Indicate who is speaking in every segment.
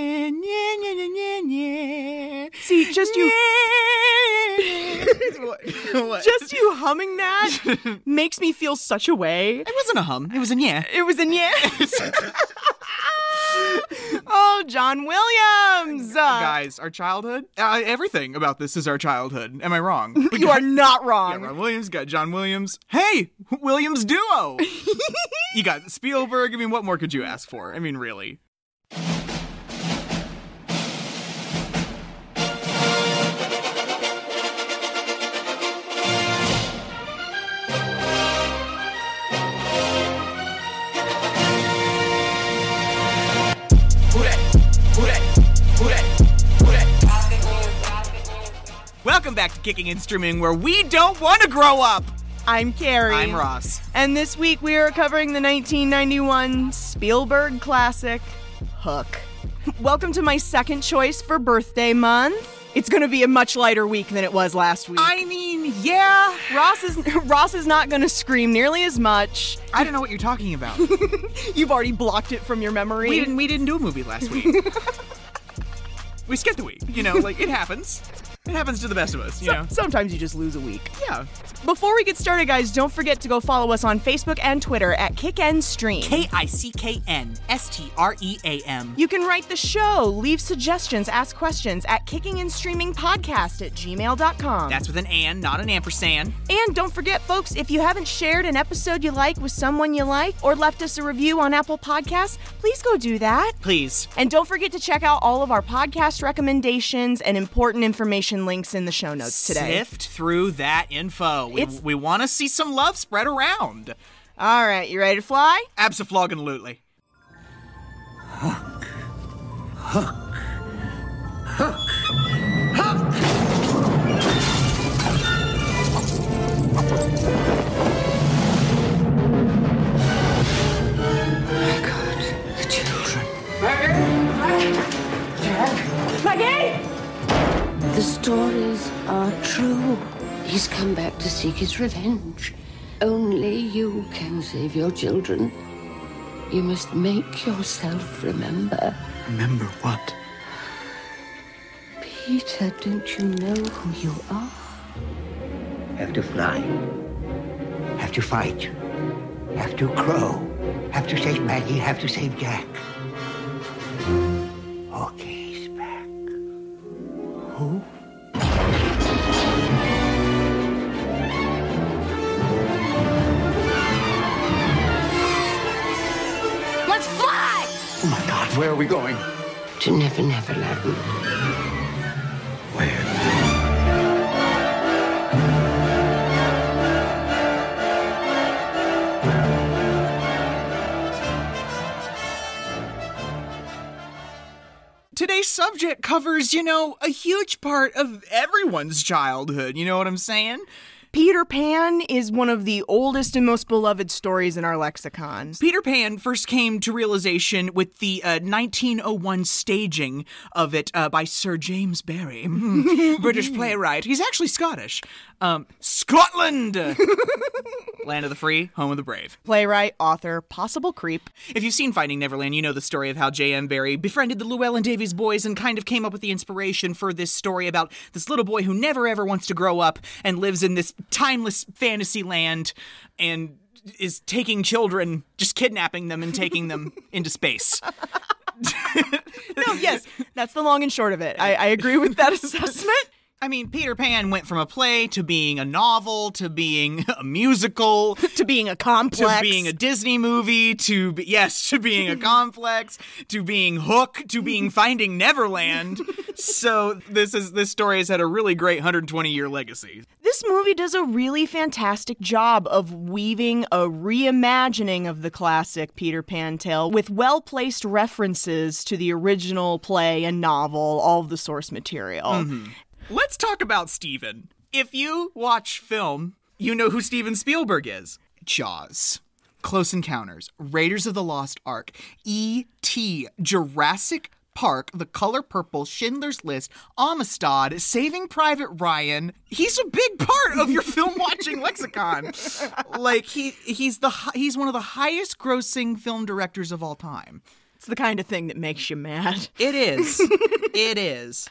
Speaker 1: What?
Speaker 2: Just you humming that makes me feel such a way.
Speaker 1: It wasn't a hum. It was an yeah.
Speaker 2: It was in yeah. oh, John Williams. Uh,
Speaker 1: Guys, our childhood. Uh, everything about this is our childhood. Am I wrong? We
Speaker 2: You
Speaker 1: got-
Speaker 2: are not
Speaker 1: got
Speaker 2: wrong.
Speaker 1: Ron Williams. Got John Williams. Hey, Williams duo. you got Spielberg. I mean, what more could you ask for? I mean, really.
Speaker 3: Who that? Who that? Who that? Who that?
Speaker 1: Welcome back to Kicking and Streaming, where we don't want to grow up.
Speaker 2: I'm Carrie.
Speaker 1: I'm Ross.
Speaker 2: And this week we are covering the 1991 Spielberg classic, Hook. Welcome to my second choice for birthday month. It's going to be a much lighter week than it was last week.
Speaker 1: I mean, yeah.
Speaker 2: Ross is Ross is not going to scream nearly as much.
Speaker 1: I don't know what you're talking about.
Speaker 2: You've already blocked it from your memory.
Speaker 1: we didn't. We didn't do a movie last week. we skipped a week. You know, like it happens. It happens to the best of us. You know.
Speaker 2: Sometimes you just lose a week.
Speaker 1: Yeah.
Speaker 2: Before we get started, guys, don't forget to go follow us on Facebook and Twitter at Kick and Stream.
Speaker 4: K I C K N S T R E A M.
Speaker 2: you can write the show, leave suggestions, ask questions at kickingandstreamingpodcast and streaming podcast at gmail.com.
Speaker 4: That's with an and, not an ampersand.
Speaker 2: and don't forget, folks, if you haven't shared an episode you like with someone you like or left us a review on Apple Podcasts, please go do that.
Speaker 4: Please.
Speaker 2: And don't forget to check out all of our podcast recommendations and important information links in the show notes today.
Speaker 4: Sift through that info. We,
Speaker 2: It's-
Speaker 4: we want to see some love spread around.
Speaker 2: All right, you ready to fly?
Speaker 4: Absolutely.
Speaker 5: The stories are true. He's come back to seek his revenge. Only you can save your children. You must make yourself remember.
Speaker 3: Remember what?
Speaker 5: Peter, don't you know who you are?
Speaker 6: have to fly, have to fight, have to crow, have to save Maggie, have to save Jack. Hockey's back. Who?
Speaker 5: Let's fly!
Speaker 6: Oh my God, where are we going?
Speaker 5: To Never Never Land.
Speaker 6: Where?
Speaker 1: Today's subject covers, you know, a huge part of everyone's childhood. You know what I'm saying?
Speaker 2: Peter Pan is one of the oldest and most beloved stories in our lexicon.
Speaker 1: Peter Pan first came to realization with the uh, 1901 staging of it uh, by Sir James Barry, Mm, British playwright. He's actually Scottish. Um, Scotland! Land of the free, home of the brave.
Speaker 2: Playwright, author, possible creep.
Speaker 1: If you've seen Finding Neverland, you know the story of how J.M. Barrie befriended the Llewellyn Davies boys and kind of came up with the inspiration for this story about this little boy who never ever wants to grow up and lives in this timeless fantasy land and is taking children, just kidnapping them and taking them into space.
Speaker 2: No, yes, that's the long and short of it. I, I agree with that assessment.
Speaker 1: I mean, Peter Pan went from a play to being a novel to being a musical
Speaker 2: To being a complex.
Speaker 1: to being a Disney movie, to be, yes, to being a complex, to being Hook, to being Finding Neverland. so this is this story has had a really great 120 year legacy.
Speaker 2: This movie does a really fantastic job of weaving a reimagining of the classic Peter Pan tale with well placed references to the original play and novel, all of the source material.
Speaker 1: Mm-hmm. Let's talk about Steven. If you watch film, you know who Steven Spielberg is. Jaws. Close Encounters, Raiders of the Lost Ark, E.T., Jurassic Park, The Color Purple, Schindler's List, Amistad, Saving Private Ryan. He's a big part of your film watching lexicon. Like he he's the hi- he's one of the highest grossing film directors of all time.
Speaker 2: It's the kind of thing that makes you mad.
Speaker 1: It is. it is.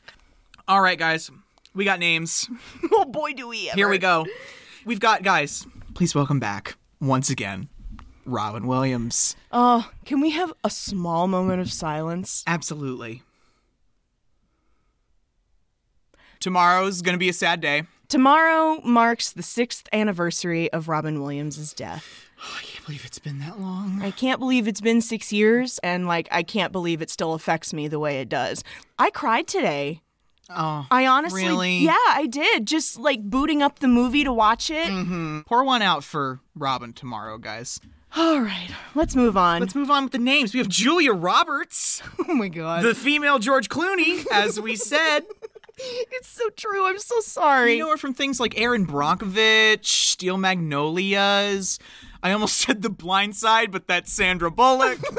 Speaker 1: All right, guys. We got names.
Speaker 2: oh boy, do we ever.
Speaker 1: Here we go. We've got guys. Please welcome back once again, Robin Williams.
Speaker 2: Oh, can we have a small moment of silence?
Speaker 1: Absolutely. Tomorrow's gonna be a sad day.
Speaker 2: Tomorrow marks the sixth anniversary of Robin Williams' death.
Speaker 1: Oh, I can't believe it's been that long.
Speaker 2: I can't believe it's been six years, and like, I can't believe it still affects me the way it does. I cried today.
Speaker 1: Oh,
Speaker 2: I honestly,
Speaker 1: Really?
Speaker 2: yeah, I did. Just like booting up the movie to watch it.
Speaker 1: Mm-hmm. pour one out for Robin tomorrow, guys.
Speaker 2: All right, let's move on.
Speaker 1: Let's move on with the names. We have Julia Roberts,
Speaker 2: oh my god,
Speaker 1: the female George Clooney, as we said.
Speaker 2: it's so true. I'm so sorry.
Speaker 1: You know her from things like Aaron Bronkovich, Steel Magnolias. I almost said The Blind Side, but that's Sandra Bullock.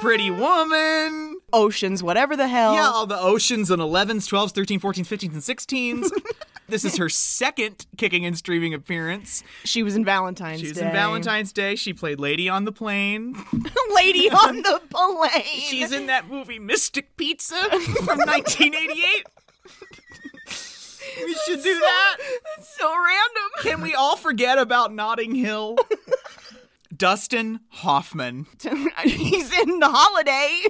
Speaker 1: Pretty Woman.
Speaker 2: Oh. Oceans, whatever the hell.
Speaker 1: Yeah, all the oceans and 11s, 12s, 13s, 14s, 15s, and 16s. this is her second kicking and streaming appearance.
Speaker 2: She was in Valentine's
Speaker 1: She's
Speaker 2: Day.
Speaker 1: in Valentine's Day. She played Lady on the Plane.
Speaker 2: Lady on the plane.
Speaker 1: She's in that movie Mystic Pizza from 1988. we should do that.
Speaker 2: so random.
Speaker 1: Can we all forget about Notting Hill? Dustin Hoffman.
Speaker 2: He's in the holiday.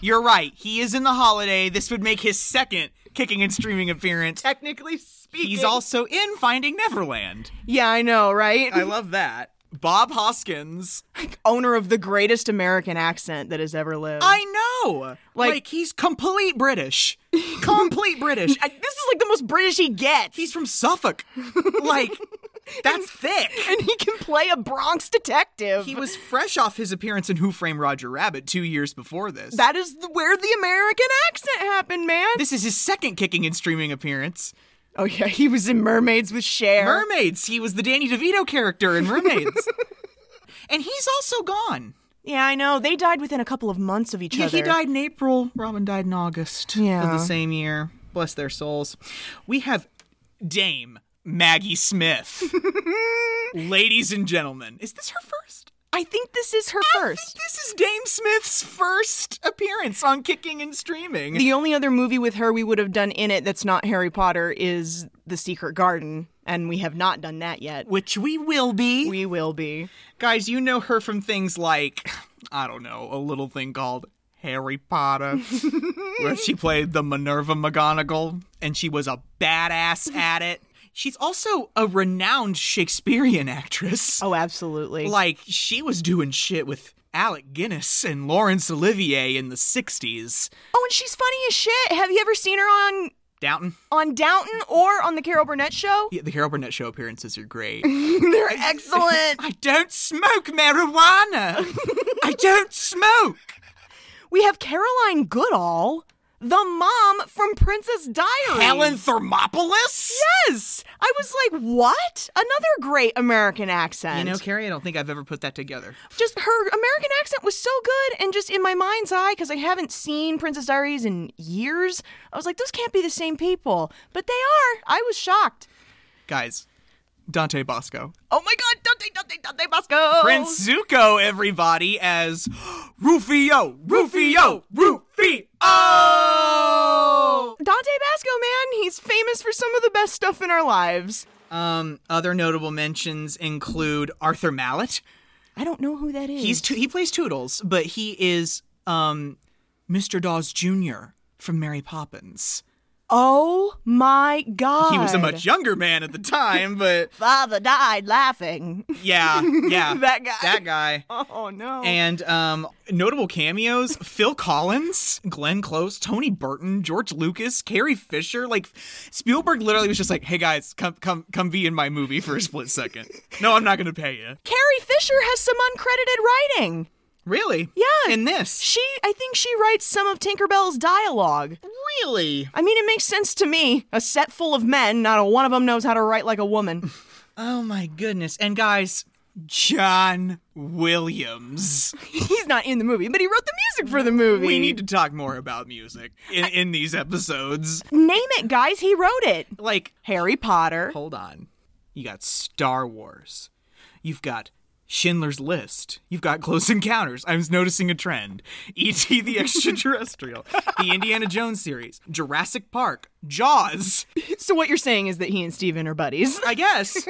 Speaker 1: You're right. He is in the holiday. This would make his second kicking and streaming appearance.
Speaker 2: Technically speaking.
Speaker 1: He's also in Finding Neverland.
Speaker 2: Yeah, I know, right?
Speaker 1: I love that. Bob Hoskins.
Speaker 2: Owner of the greatest American accent that has ever lived.
Speaker 1: I know.
Speaker 2: Like-
Speaker 1: Like, he's complete British. complete British.
Speaker 2: I- this is like the most British he gets.
Speaker 1: He's from Suffolk. Like, that's thick.
Speaker 2: and he can play a Bronx detective.
Speaker 1: He was fresh off his appearance in Who Framed Roger Rabbit two years before this.
Speaker 2: that is the, where the American accent happened, man.
Speaker 1: this is his second kicking and streaming appearance.
Speaker 2: oh yeah, he was in Mermaids with Cher.
Speaker 1: Mermaids. He was the Danny DeVito character in Mermaids. and he's also gone.
Speaker 2: yeah, I know. They died within a couple of months of each
Speaker 1: Yeah,
Speaker 2: other.
Speaker 1: he died in April. Robin died in August
Speaker 2: Yeah.
Speaker 1: of the same year. Bless their souls. We have Dame Maggie Smith. Ladies and gentlemen, is this her first?
Speaker 2: I think this is her first.
Speaker 1: This is Dame Smith's first appearance on Kicking and Streaming.
Speaker 2: The only other movie with her we would have done in it that's not Harry Potter is The Secret Garden, and we have not done that yet.
Speaker 1: which we will be.
Speaker 2: We will be.
Speaker 1: Guys, you know her from things like, I don't know, a little thing called Harry Potter, where she played the Minerva McGonagall, and she was a badass at it. She's also a renowned Shakespearean actress.
Speaker 2: Oh, absolutely.
Speaker 1: Like, she was doing shit with Alec Guinness and Laurence Olivier in the 60s.
Speaker 2: oh, and she's funny as shit. Have you ever seen her on
Speaker 1: Downton?
Speaker 2: on Downton or on the Carol Burnett show?
Speaker 1: Yeah, the Carol Burnett show appearances are great.
Speaker 2: They're excellent.
Speaker 1: I don't smoke marijuana. I don't smoke.
Speaker 2: we have Caroline Goodall, the mom from Princess Diaries.
Speaker 1: Helen Thermopolis?
Speaker 2: Yes. I was like, what? Another great American accent.
Speaker 1: You know, Carrie, I don't think I've ever put that together.
Speaker 2: just her American accent was so good, and just in my mind's eye, because I haven't seen Princess Diaries in years, I was like, those can't be the same people, but they are. I was shocked.
Speaker 1: Guys, Dante Bosco.
Speaker 2: Oh my God, Dante, Dante, Dante Bosco,
Speaker 1: Prince Zuko, everybody, as Rufio, Rufio, Rufio!
Speaker 2: Dante Basco, man, he's famous for some of the best stuff in our lives.
Speaker 1: Um, other notable mentions include Arthur Mallet.
Speaker 2: I don't know who that is.
Speaker 1: He's to- he plays Toodles, but he is um, Mr. Dawes Jr. from Mary Poppins.
Speaker 2: oh my God,
Speaker 1: He was a much younger man at the time, but
Speaker 2: father died laughing.
Speaker 1: yeah, yeah.
Speaker 2: That guy.
Speaker 1: That guy.
Speaker 2: Oh no.
Speaker 1: And um, notable cameos: Phil Collins, Glenn Close, Tony Burton, George Lucas, Carrie Fisher. Like Spielberg literally was just like, "Hey guys, come come come be in my movie for a split second. No, I'm not gonna pay you.
Speaker 2: Carrie Fisher has some uncredited writing.
Speaker 1: Really?
Speaker 2: Yeah.
Speaker 1: In this,
Speaker 2: She, I think she writes some of Tinkerbell's dialogue.
Speaker 1: really?
Speaker 2: I mean, it makes sense to me. A set full of men, not a one of them knows how to write like a woman.
Speaker 1: Oh my goodness! And guys, John Williams.
Speaker 2: He's not in the movie, but he wrote the music for the movie.
Speaker 1: We need to talk more about music in, in these episodes.
Speaker 2: name it, guys. He wrote it.
Speaker 1: Like
Speaker 2: Harry Potter.
Speaker 1: hold on. You got Star Wars. You've got Schindler's List. You've got Close Encounters. I was noticing a trend. E.T. the Extraterrestrial. the Indiana Jones series. Jurassic Park. Jaws.
Speaker 2: So what you're saying is that he and Steven are buddies.
Speaker 1: I guess.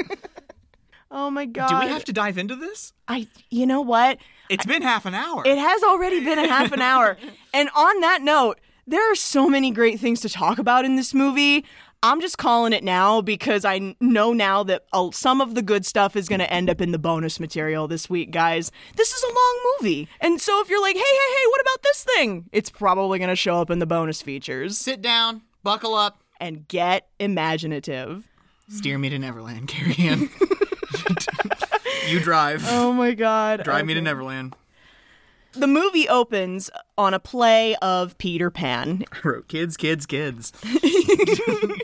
Speaker 2: Oh my god.
Speaker 1: Do we have to dive into this?
Speaker 2: I you know what?
Speaker 1: It's been half an hour.
Speaker 2: It has already been a half an hour. And on that note, there are so many great things to talk about in this movie. I'm just calling it now because I n- know now that uh, some of the good stuff is going to end up in the bonus material this week, guys. This is a long movie. And so if you're like, hey, hey, hey, what about this thing? It's probably going to show up in the bonus features.
Speaker 1: Sit down, buckle up,
Speaker 2: And get imaginative.
Speaker 1: steer me to Neverland, Carrie Ann. you drive.
Speaker 2: Oh my God.
Speaker 1: drive me to Neverland.
Speaker 2: The movie opens on a play of Peter Pan.
Speaker 1: I wrote kids, kids, kids. Uh,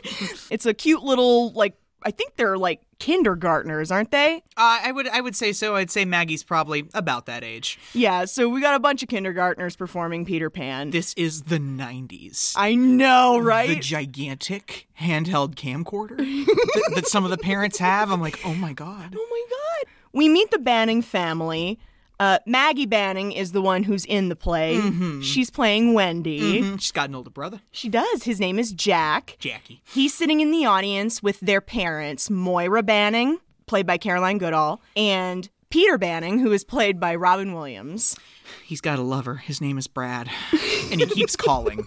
Speaker 2: It's a cute little, like, I think they're like kindergartners, aren't they?
Speaker 1: Uh, I would I would say so. I'd say Maggie's probably about that age.
Speaker 2: Yeah, so we got a bunch of kindergartners performing Peter Pan.
Speaker 1: This is the 90s.
Speaker 2: I know, right?
Speaker 1: The gigantic handheld camcorder that, that some of the parents have. I'm like, oh my god.
Speaker 2: oh my god. We meet the Banning family. Uh, Maggie Banning is the one who's in the play.
Speaker 1: Mm-hmm.
Speaker 2: She's playing Wendy.
Speaker 1: Mm, She's got an older brother,
Speaker 2: She does. His name is Jack.
Speaker 1: Jackie.
Speaker 2: He's sitting in the audience with their parents, Moira Banning, played by Caroline Goodall, and Peter Banning, who is played by Robin Williams.
Speaker 1: He's got a lover. His name is Brad, and he keeps calling.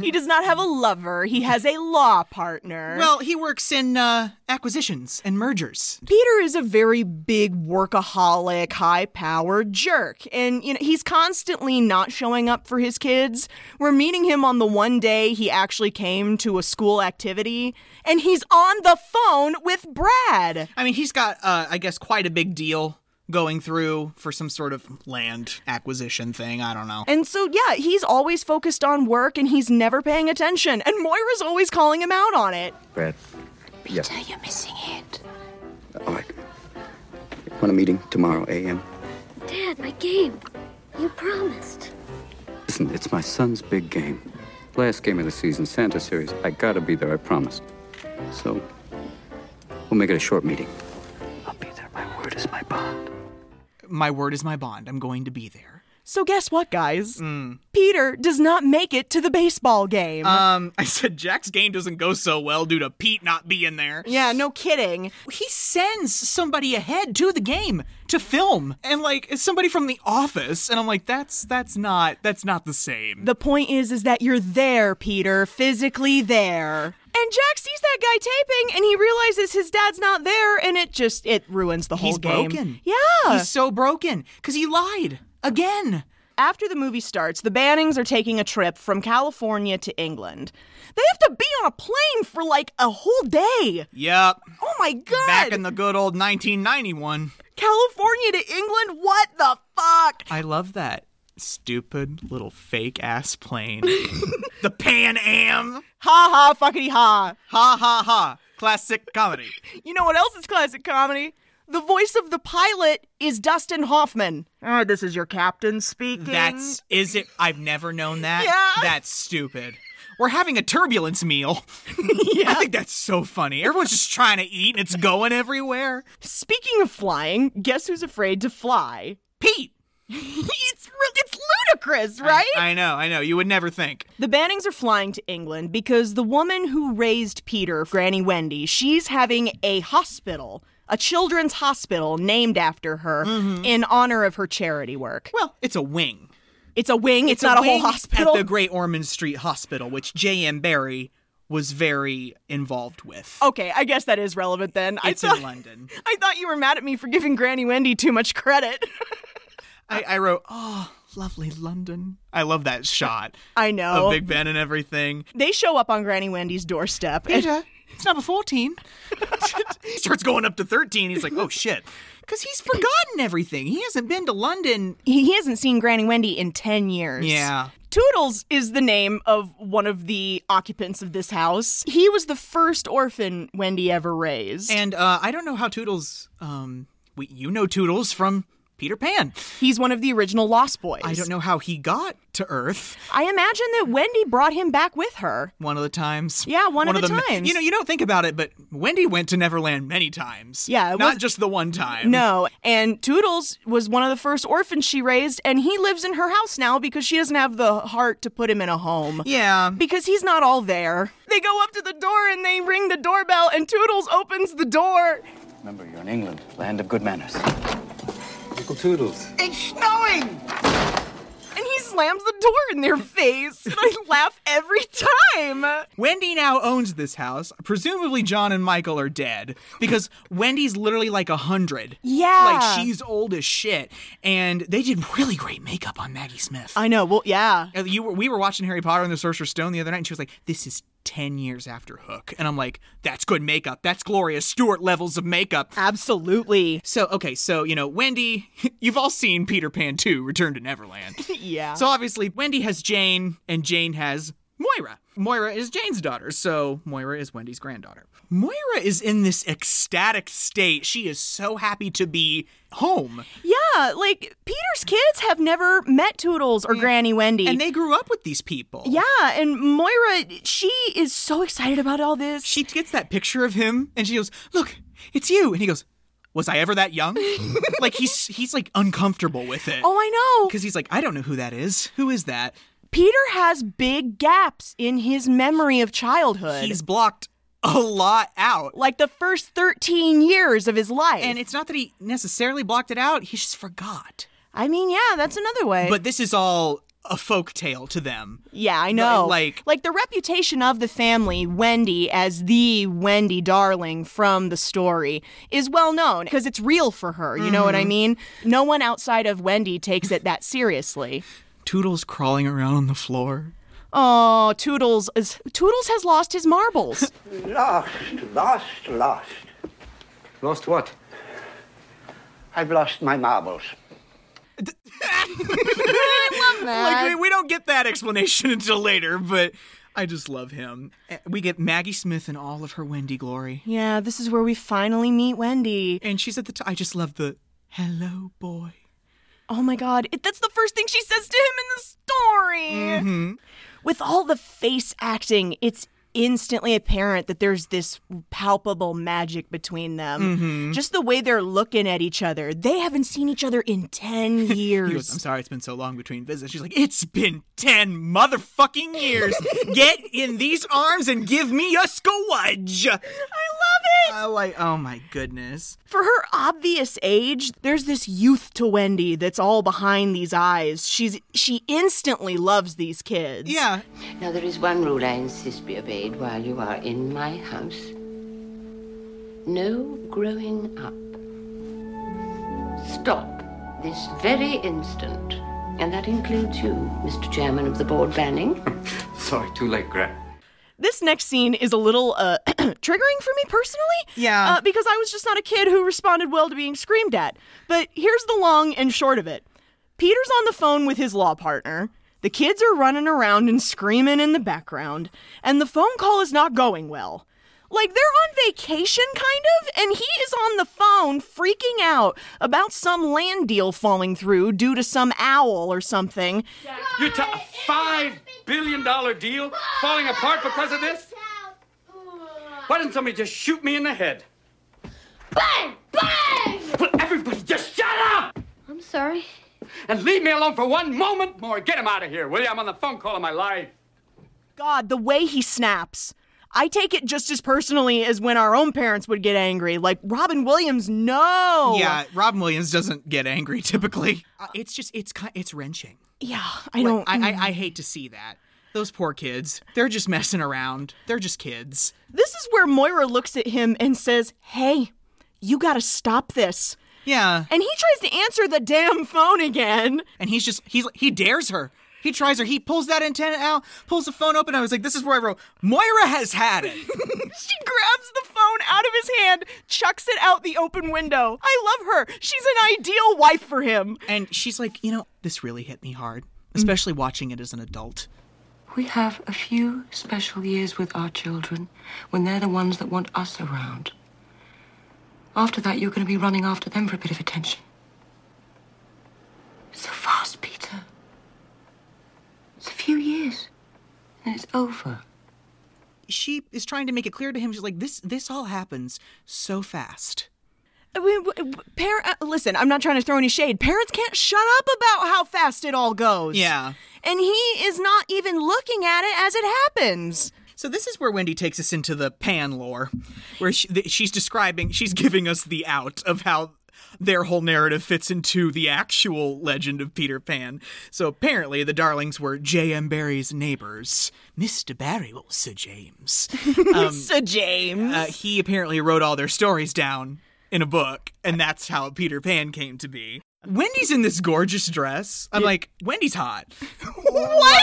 Speaker 2: He does not have a lover, he has a law partner.
Speaker 1: well, he works in uh, acquisitions and mergers.
Speaker 2: Peter is a very big workaholic, high-powered jerk, and you know he's constantly not showing up for his kids. We're meeting him on the one day he actually came to a school activity, and he's on the phone with Brad.
Speaker 1: I mean, he's got, uh, I guess, quite a big deal going through for some sort of land acquisition thing. I don't know.
Speaker 2: And so yeah, he's always focused on work and he's never paying attention, and Moira's always calling him out on it.
Speaker 7: Brad,
Speaker 5: Peter, you're missing it.
Speaker 7: all right. Want a meeting tomorrow, AM?
Speaker 8: Dad, my game. You promised.
Speaker 7: Listen, it's my son's big game. Last game of the season, Santa Series. I gotta be there, I promise. So, we'll make it a short meeting. I'll be there. My word is my bond.
Speaker 1: My word is my bond. I'm going to be there.
Speaker 2: So guess what, guys? Peter does not make it to the baseball game.
Speaker 1: Um, I said Jack's game doesn't go so well due to Pete not being there.
Speaker 2: yeah, no kidding.
Speaker 1: He sends somebody ahead to the game to film, and like it's somebody from the office, and I'm like, that's that's not that's not the same.
Speaker 2: The point is, is that you're there, Peter, physically there. And Jack sees that guy taping, and he realizes his dad's not there, and it just it ruins the whole
Speaker 1: He's
Speaker 2: game.
Speaker 1: broken.
Speaker 2: Yeah.
Speaker 1: He's so broken because he lied again.
Speaker 2: After the movie starts, the Bannings are taking a trip from California to England. They have to be on a plane for like a whole day.
Speaker 1: Yep.
Speaker 2: Oh my god!
Speaker 1: Back in the good old 1991.
Speaker 2: California to England. What the fuck?
Speaker 1: I love that stupid little fake ass plane. the Pan Am.
Speaker 2: Ha ha fuckity ha.
Speaker 1: Ha ha ha. Classic comedy.
Speaker 2: You know what else is classic comedy? The voice of the pilot is Dustin Hoffman. Ah, this is your captain speaking.
Speaker 1: That's is it I've never known that.
Speaker 2: Yeah.
Speaker 1: That's stupid. We're having a turbulence meal. I think that's so funny. Everyone's just trying to eat and it's going everywhere.
Speaker 2: Speaking of flying, guess who's afraid to fly?
Speaker 1: Pete.
Speaker 2: it's re- it's ludicrous, right?
Speaker 1: I know, I know. You would never think.
Speaker 2: the Bannings are flying to England because the woman who raised Peter, Granny Wendy, she's having a hospital, a children's hospital named after her in honor of her charity work.
Speaker 1: Well, it's a wing.
Speaker 2: It's a wing, it's, not a,
Speaker 1: wing
Speaker 2: whole hospital.
Speaker 1: At the Great Ormond Street Hospital, which J.M. Barry was very involved with.
Speaker 2: okay, I guess that is relevant then.
Speaker 1: it's
Speaker 2: Oh, I thought
Speaker 1: in London.
Speaker 2: I thought you were mad at me for giving Granny Wendy too much credit.
Speaker 1: I, I wrote, oh, lovely London. I love that shot
Speaker 2: I
Speaker 1: of
Speaker 2: know.
Speaker 1: Big Ben and everything.
Speaker 2: they show up on Granny Wendy's doorstep. and-
Speaker 1: it's number 14. he starts going up to 13. He's like, oh, shit. Because he's forgotten everything. He hasn't been to London.
Speaker 2: he he hasn't seen Granny Wendy in 10 years.
Speaker 1: Yeah.
Speaker 2: Toodles is the name of one of the occupants of this house. He was the first orphan Wendy ever raised.
Speaker 1: And uh, I don't know how Toodles, um, we, you know Toodles from Peter Pan.
Speaker 2: He's one of the original Lost Boys.
Speaker 1: I don't know how he got to Earth
Speaker 2: I imagine that Wendy brought him back with her.
Speaker 1: one of the times.
Speaker 2: Yeah, one of the
Speaker 1: ma-
Speaker 2: times.
Speaker 1: You know, you don't think about it, but Wendy went to Neverland many times.
Speaker 2: Yeah, it
Speaker 1: Not
Speaker 2: was-
Speaker 1: just the one time.
Speaker 2: No, and Toodles was one of the first orphans she raised, and he lives in her house now because she doesn't have the heart to put him in a home.
Speaker 1: Yeah.
Speaker 2: Because he's not all there. They go up to the door and they ring the doorbell, and Toodles opens the door.
Speaker 7: Remember, you're in England, land of good manners. Uncle Toodles.
Speaker 9: It's snowing!
Speaker 2: And he slams the door in their face, and I laugh every time.
Speaker 1: Wendy now owns this house. Presumably, John and Michael are dead because Wendy's literally like a hundred.
Speaker 2: Yeah.
Speaker 1: like she's old as shit. And they did really great makeup on Maggie Smith.
Speaker 2: I know. Well, yeah.
Speaker 1: And you were, we were watching Harry Potter and the Sorcerer's Stone the other night, and she was like, "This is ten years after Hook," and I'm like, "That's good makeup. That's Gloria Stewart levels of
Speaker 2: Uh,
Speaker 1: makeup."
Speaker 2: Absolutely.
Speaker 1: So okay, so you know, Wendy, you've all seen Peter Pan 2: Return to Neverland.
Speaker 2: Yeah.
Speaker 1: So obviously, Wendy has Jane, and Jane has Moira. Moira is Jane's daughter, so Moira is Wendy's granddaughter. Moira is in this ecstatic state. She is so happy to be home.
Speaker 2: yeah, like Peter's kids have never met Toodles or Granny Wendy.
Speaker 1: And they grew up with these people.
Speaker 2: yeah, and Moira, she is so excited about all this.
Speaker 1: She gets that picture of him and she goes, Look, it's you. And he goes, Was I ever that young? like he's he's like uncomfortable with it.
Speaker 2: oh, I know.
Speaker 1: Because he's like, I don't know who that is. Who is that?
Speaker 2: Peter has big gaps in his memory of childhood.
Speaker 1: He's blocked a lot out.
Speaker 2: like the first 13 years of his life.
Speaker 1: And it's not that he necessarily blocked it out, he just forgot.
Speaker 2: I mean, yeah, that's another way.
Speaker 1: But this is all a folk tale to them.
Speaker 2: yeah, I know.
Speaker 1: like-
Speaker 2: like the reputation of the family, Wendy, as the Wendy darling from the story, is well known because it's real for her. You know what
Speaker 1: Mm-hmm.
Speaker 2: I mean? No one outside of Wendy takes it that seriously.
Speaker 1: Toodles crawling around on the floor.
Speaker 2: Oh, Toodles is Toodles has lost his marbles.
Speaker 9: Lost, lost, lost.
Speaker 7: Lost what?
Speaker 9: I've lost my marbles.
Speaker 1: Like we, we don't get that explanation until later, but I just love him. Eh, We get Maggie Smith in all of her Wendy glory.
Speaker 2: yeah, this is where we finally meet Wendy.
Speaker 1: And she's at the top. I just love the hello, boy.
Speaker 2: Oh my god, it, that's the first thing she says to him in the story.
Speaker 1: Mm-hmm.
Speaker 2: With all the face acting, it's instantly apparent that there's this palpable magic between them.
Speaker 1: Mm-hmm.
Speaker 2: Just the way they're looking at each other. They haven't seen each other in 10
Speaker 1: He goes,
Speaker 2: years.
Speaker 1: I'm sorry, it's been so long between visits. She's like, It's been 10 motherfucking years. Get in these arms and give me a squudge. I love it. I like, oh my goodness.
Speaker 2: For her obvious age, there's this youth to Wendy that's all behind these eyes. She's she instantly loves these kids.
Speaker 1: Yeah.
Speaker 5: Now, there is one rule I insist be obeyed while you are in my house no growing up. Stop this very instant. And that includes you, Mr. Chairman of the Board Banning.
Speaker 7: Sorry, too late, Grant.
Speaker 2: This next scene is a little uh, triggering for me personally.
Speaker 1: Yeah.
Speaker 2: Uh, because I was just not a kid who responded well to being screamed at. But here's the long and short of it Peter's on the phone with his law partner. The kids are running around and screaming in the background. And the phone call is not going well. Like, they're on vacation, kind of, and he is on the phone freaking out about some land deal falling through due to some owl or something.
Speaker 10: You t- a five billion dollar deal falling apart because of this? Why didn't somebody just shoot me in the head?
Speaker 8: Bang! Bang!
Speaker 10: Will everybody just shut up
Speaker 8: I'm sorry.
Speaker 10: and leave me alone for one moment more? Get him out of here, will you? I'm on the phone call of my life.
Speaker 2: God, the way he snaps. I take it just as personally as when our own parents would get angry. Like, Robin Williams, no.
Speaker 1: Yeah, Robin Williams doesn't get angry typically. Oh. Uh, it's just, it's ki it's wrenching.
Speaker 2: Yeah, I don't.
Speaker 1: I, I, I hate to see that. Those poor kids. They're just messing around. They're just kids.
Speaker 2: this is where Moira looks at him and says, Hey, you gotta stop this.
Speaker 1: Yeah.
Speaker 2: And he tries to answer the damn phone again.
Speaker 1: And he's just he's he dares her. He tries her. He pulls that antenna out, pulls the phone open. I was like, this is where I wrote, Moira has had it.
Speaker 2: She grabs the phone out of his hand, chucks it out the open window. I love her. She's an ideal wife for him.
Speaker 1: and she's like, you know, this really hit me hard, especially watching it as an adult.
Speaker 5: We have a few special years with our children when they're the ones that want us around. After that, you're going to be running after them for a bit of attention.
Speaker 11: So fast, Peter. It's a few years, and it's over.
Speaker 1: She is trying to make it clear to him. She's like, this this all happens so fast.
Speaker 2: I mean, Uh, w- w- par- uh, listen, I'm not trying to throw any shade. Parents can't shut up about how fast it all goes.
Speaker 1: Yeah.
Speaker 2: And he is not even looking at it as it happens.
Speaker 1: So this is where Wendy takes us into the pan lore, where she, th- she's describing, she's giving us the out of how their whole narrative fits into the actual legend of Peter Pan. So apparently the Darlings were J.M. Barrie's neighbors. Mr. Barry, well, Sir James.
Speaker 2: Sir James.
Speaker 1: Uh, he apparently wrote all their stories down in a book, and that's how Peter Pan came to be. Wendy's in this gorgeous dress. I'm like, Wendy's hot. Why,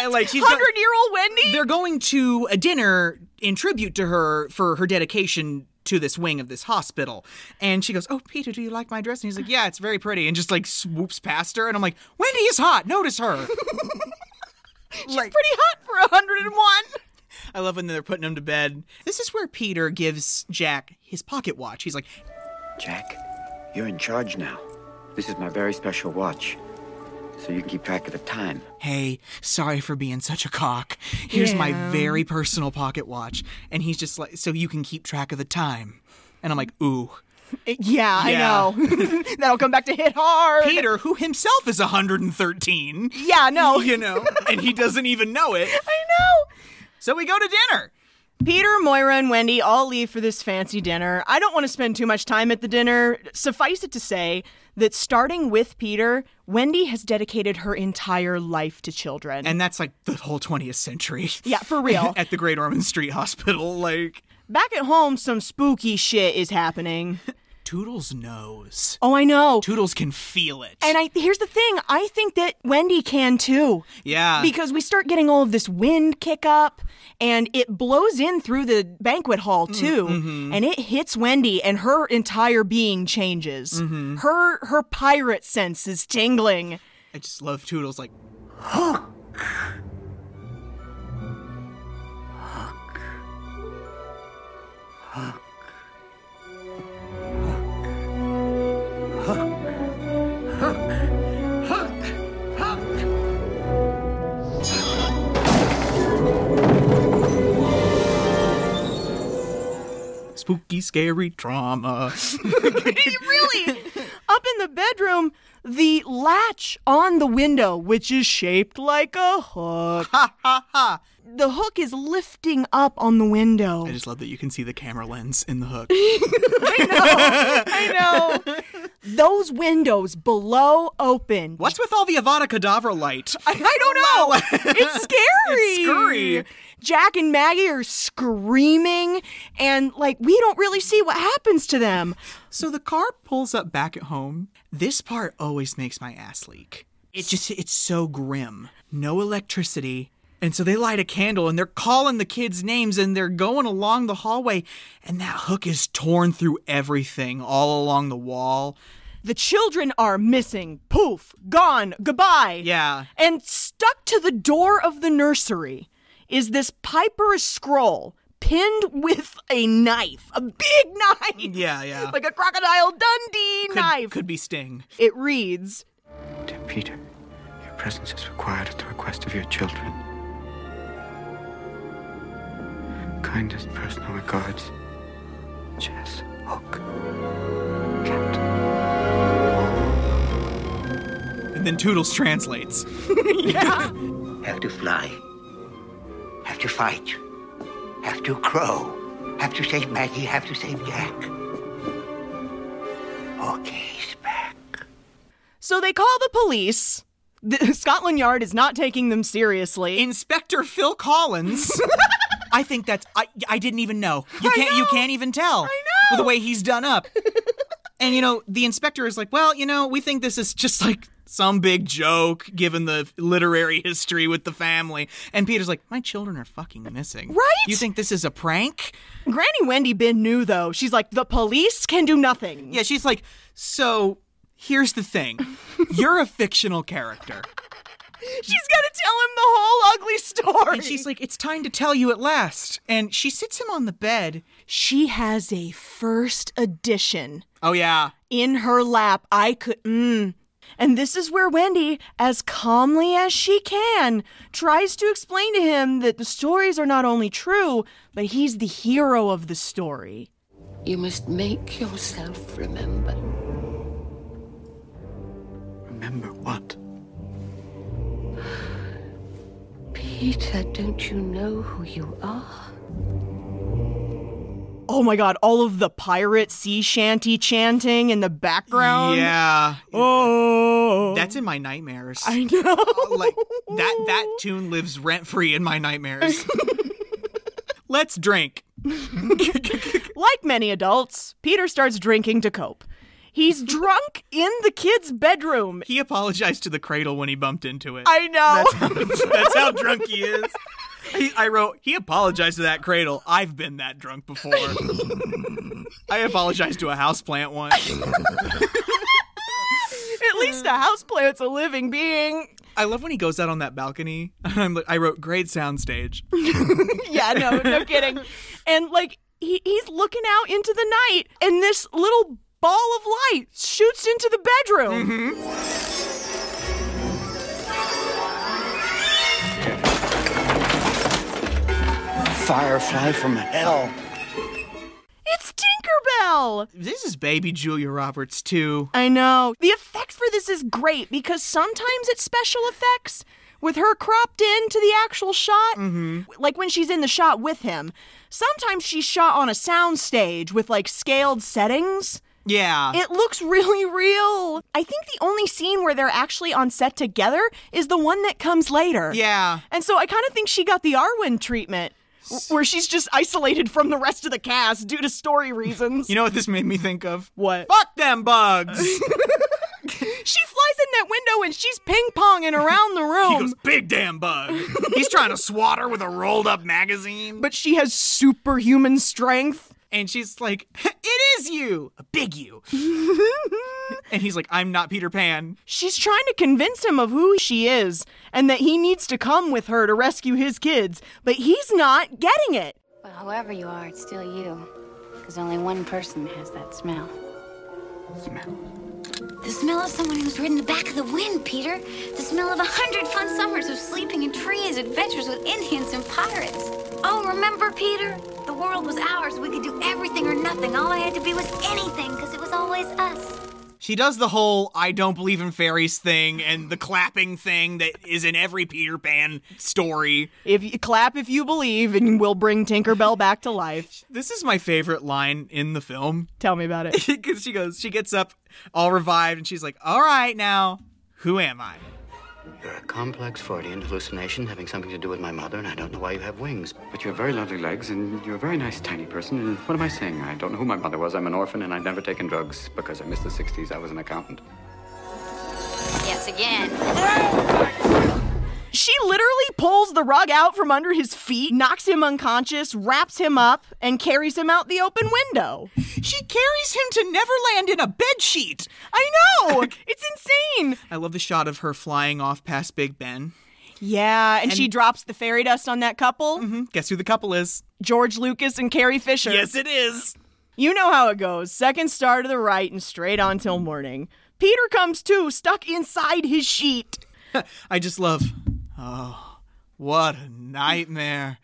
Speaker 2: what?
Speaker 1: like, she's got-
Speaker 2: 100 year old Wendy?
Speaker 1: they're going to a dinner in tribute to her for her dedication to this wing of this hospital. And she goes, Oh, Peter, do you like my dress? And he's like, Yeah, it's very pretty. And just like swoops past her. And I'm like, Wendy is hot. Notice her.
Speaker 2: She's pretty hot for 101.
Speaker 1: I love when they're putting him to bed. This is where Peter gives Jack his pocket watch. He's like,
Speaker 7: Jack, you're in charge now. This is my very special watch, so you can keep track of the time.
Speaker 1: Hey, sorry for being such a cock. Here's my
Speaker 2: Yeah.
Speaker 1: very personal pocket watch. And he's just like, So you can keep track of the time. And I'm like, Ooh.
Speaker 2: eh, Yeah,
Speaker 1: Yeah.
Speaker 2: I know. That'll come back to hit hard.
Speaker 1: Peter, who himself is 113.
Speaker 2: Yeah, no.
Speaker 1: you know, and he doesn't even know it.
Speaker 2: I know.
Speaker 1: So we go to dinner.
Speaker 2: Peter, Moira, and Wendy all leave for this fancy dinner. I don't want to spend too much time at the dinner. Suffice it to say that starting with Peter, Wendy has dedicated her entire life to children.
Speaker 1: And that's like the whole 20th century.
Speaker 2: yeah, for real.
Speaker 1: At the Great Ormond Street Hospital, like
Speaker 2: Back at home, some spooky shit is happening.
Speaker 1: Toodles knows.
Speaker 2: Oh, I know.
Speaker 1: Toodles can feel it.
Speaker 2: And I here's the thing, I think that Wendy can too.
Speaker 1: yeah.
Speaker 2: because we start getting all of this wind kick up and it blows in through the banquet hall too and it hits Wendy and her entire being changes. Her her pirate sense is tingling.
Speaker 1: I just love Toodles like spooky scary trauma.
Speaker 2: really up in the bedroom the latch on the window which is shaped like a hook. the hook is lifting up on the window.
Speaker 1: I just love that you can see the camera lens in the hook.
Speaker 2: I know. Those windows below open.
Speaker 1: What's with all the Avada Kedavra light?
Speaker 2: I don't know. It's scary.
Speaker 1: It's scary.
Speaker 2: Jack and Maggie are screaming, and like we don't really see what happens to them.
Speaker 1: So the car pulls up back at home. This part always makes my ass leak. It just it's so grim. No electricity. And so they light a candle and they're calling the kids' names and they're going along the hallway and that hook is torn through everything all along the wall.
Speaker 2: The children are missing. Poof, gone, goodbye.
Speaker 1: Yeah.
Speaker 2: And stuck to the door of the nursery is this Piper's scroll pinned with a knife, a big knife.
Speaker 1: Yeah, yeah.
Speaker 2: Like a crocodile Dundee
Speaker 1: Could-
Speaker 2: knife.
Speaker 1: could be Sting.
Speaker 2: It reads,
Speaker 7: Dear Peter, your presence is required at the request of your children. Kindest personal regards, Jess Hook. Captain.
Speaker 1: And then Toodles translates.
Speaker 9: Have to fly. Have to fight. Have to crow. Have to save Maggie. Have to save Jack. Hookie's back.
Speaker 2: So they call the police. The, Scotland Yard is not taking them seriously.
Speaker 1: Inspector Phil Collins. I think that's I I didn't even know. You
Speaker 2: I
Speaker 1: can't you
Speaker 2: know.
Speaker 1: can't even tell. I
Speaker 2: know.
Speaker 1: The way he's done up. and you know, the inspector is like, "Well, you know, we think this is just like some big joke given the literary history with the family." And Peter's like, "My children are fucking missing."
Speaker 2: Right?
Speaker 1: You think this is a prank?
Speaker 2: Granny Wendy Bin knew though. She's like, the police can do nothing.
Speaker 1: Yeah, she's like, "So, here's the thing. You're a fictional character."
Speaker 2: She's gotta tell him the whole ugly story.
Speaker 1: And she's like, "It's time to tell you at last." And she sits him on the bed.
Speaker 2: she has a first edition
Speaker 1: Oh yeah.
Speaker 2: in her lap. I could. Mm. And this is where Wendy, as calmly as she can, tries to explain to him that the stories are not only true, but he's the hero of the story.
Speaker 5: You must make yourself remember.
Speaker 7: Remember what?
Speaker 5: Peter, don't you know who you are?
Speaker 2: Oh my god, all of the pirate sea shanty chanting in the background.
Speaker 1: Yeah.
Speaker 2: Oh.
Speaker 1: That's in my nightmares. Uh,
Speaker 2: I know.
Speaker 1: like that that tune lives rent free in my nightmares. Let's drink.
Speaker 2: Like many adults, Peter starts drinking to cope. He's drunk in the kid's bedroom.
Speaker 1: He apologized to the cradle when he bumped into it.
Speaker 2: I know.
Speaker 1: That's how drunk he is. He, I wrote, he apologized to that cradle. I've been that drunk before. I apologized to a houseplant once.
Speaker 2: At least a houseplant's a living being.
Speaker 1: I love when he goes out on that balcony. I'm, li- I wrote, great soundstage.
Speaker 2: Yeah, no, no kidding. And like he, he's looking out into the night, and this little ball of light shoots into the bedroom.
Speaker 12: Firefly from hell.
Speaker 2: It's Tinkerbell.
Speaker 1: This is baby Julia Roberts, too.
Speaker 2: I know. The effects for this is great because sometimes it's special effects with her cropped into the actual shot.
Speaker 1: Mm-hmm.
Speaker 2: Like when she's in the shot with him. Sometimes she's shot on a soundstage with like scaled settings.
Speaker 1: Yeah.
Speaker 2: It looks really real. I think the only scene where they're actually on set together is the one that comes later.
Speaker 1: yeah.
Speaker 2: And so I kind of think she got the Arwen treatment. w- Where she's just isolated from the rest of the cast due to story reasons.
Speaker 1: You know what this made me think of?
Speaker 2: what?
Speaker 1: Fuck them bugs!
Speaker 2: She flies in that window and she's ping ponging around the room.
Speaker 1: He goes, big damn bug. He's trying to swat her with a rolled up magazine.
Speaker 2: but she has superhuman strength.
Speaker 1: And she's like, it is you, a big you. and he's like, I'm not Peter Pan.
Speaker 2: She's trying to convince him of who she is and that he needs to come with her to rescue his kids, but he's not getting it.
Speaker 11: But whoever you are, it's still you. Because only one person has that smell.
Speaker 8: The smell of someone who's ridden the back of the wind, Peter. The smell of a hundred fun summers of sleeping in trees, adventures with Indians and pirates. Oh, remember, Peter? The world was ours. We could do everything or nothing. All I had to be was anything, because it was always us.
Speaker 1: She does the whole I don't believe in fairies thing and the clapping thing that is in every Peter Pan story.
Speaker 2: If you clap if you believe and we'll bring Tinkerbell back to life.
Speaker 1: This is my favorite line in the film.
Speaker 2: Tell me about it.
Speaker 1: Because she goes, she gets up all revived and she's like, all right, now, who am I?
Speaker 7: You're a complex Freudian hallucination having something to do with my mother, and I don't know why you have wings. But you have very lovely legs, and you're a very nice tiny person. And what am I saying? I don't know who my mother was. I'm an orphan, and I've never taken drugs because I missed the 60s. I was an accountant.
Speaker 8: Yes, again.
Speaker 2: She literally pulls the rug out from under his feet, knocks him unconscious, wraps him up, and carries him out the open window.
Speaker 1: She carries him to Neverland in a bedsheet.
Speaker 2: I know! it's insane!
Speaker 1: I love the shot of her flying off past Big Ben.
Speaker 2: Yeah, and, she drops the fairy dust on that couple.
Speaker 1: Guess who the couple is?
Speaker 2: George Lucas and Carrie Fisher.
Speaker 1: it is.
Speaker 2: You know how it goes. Second star to the right and straight on till morning. Peter comes too, stuck inside his sheet.
Speaker 1: I just love. Oh, what a nightmare.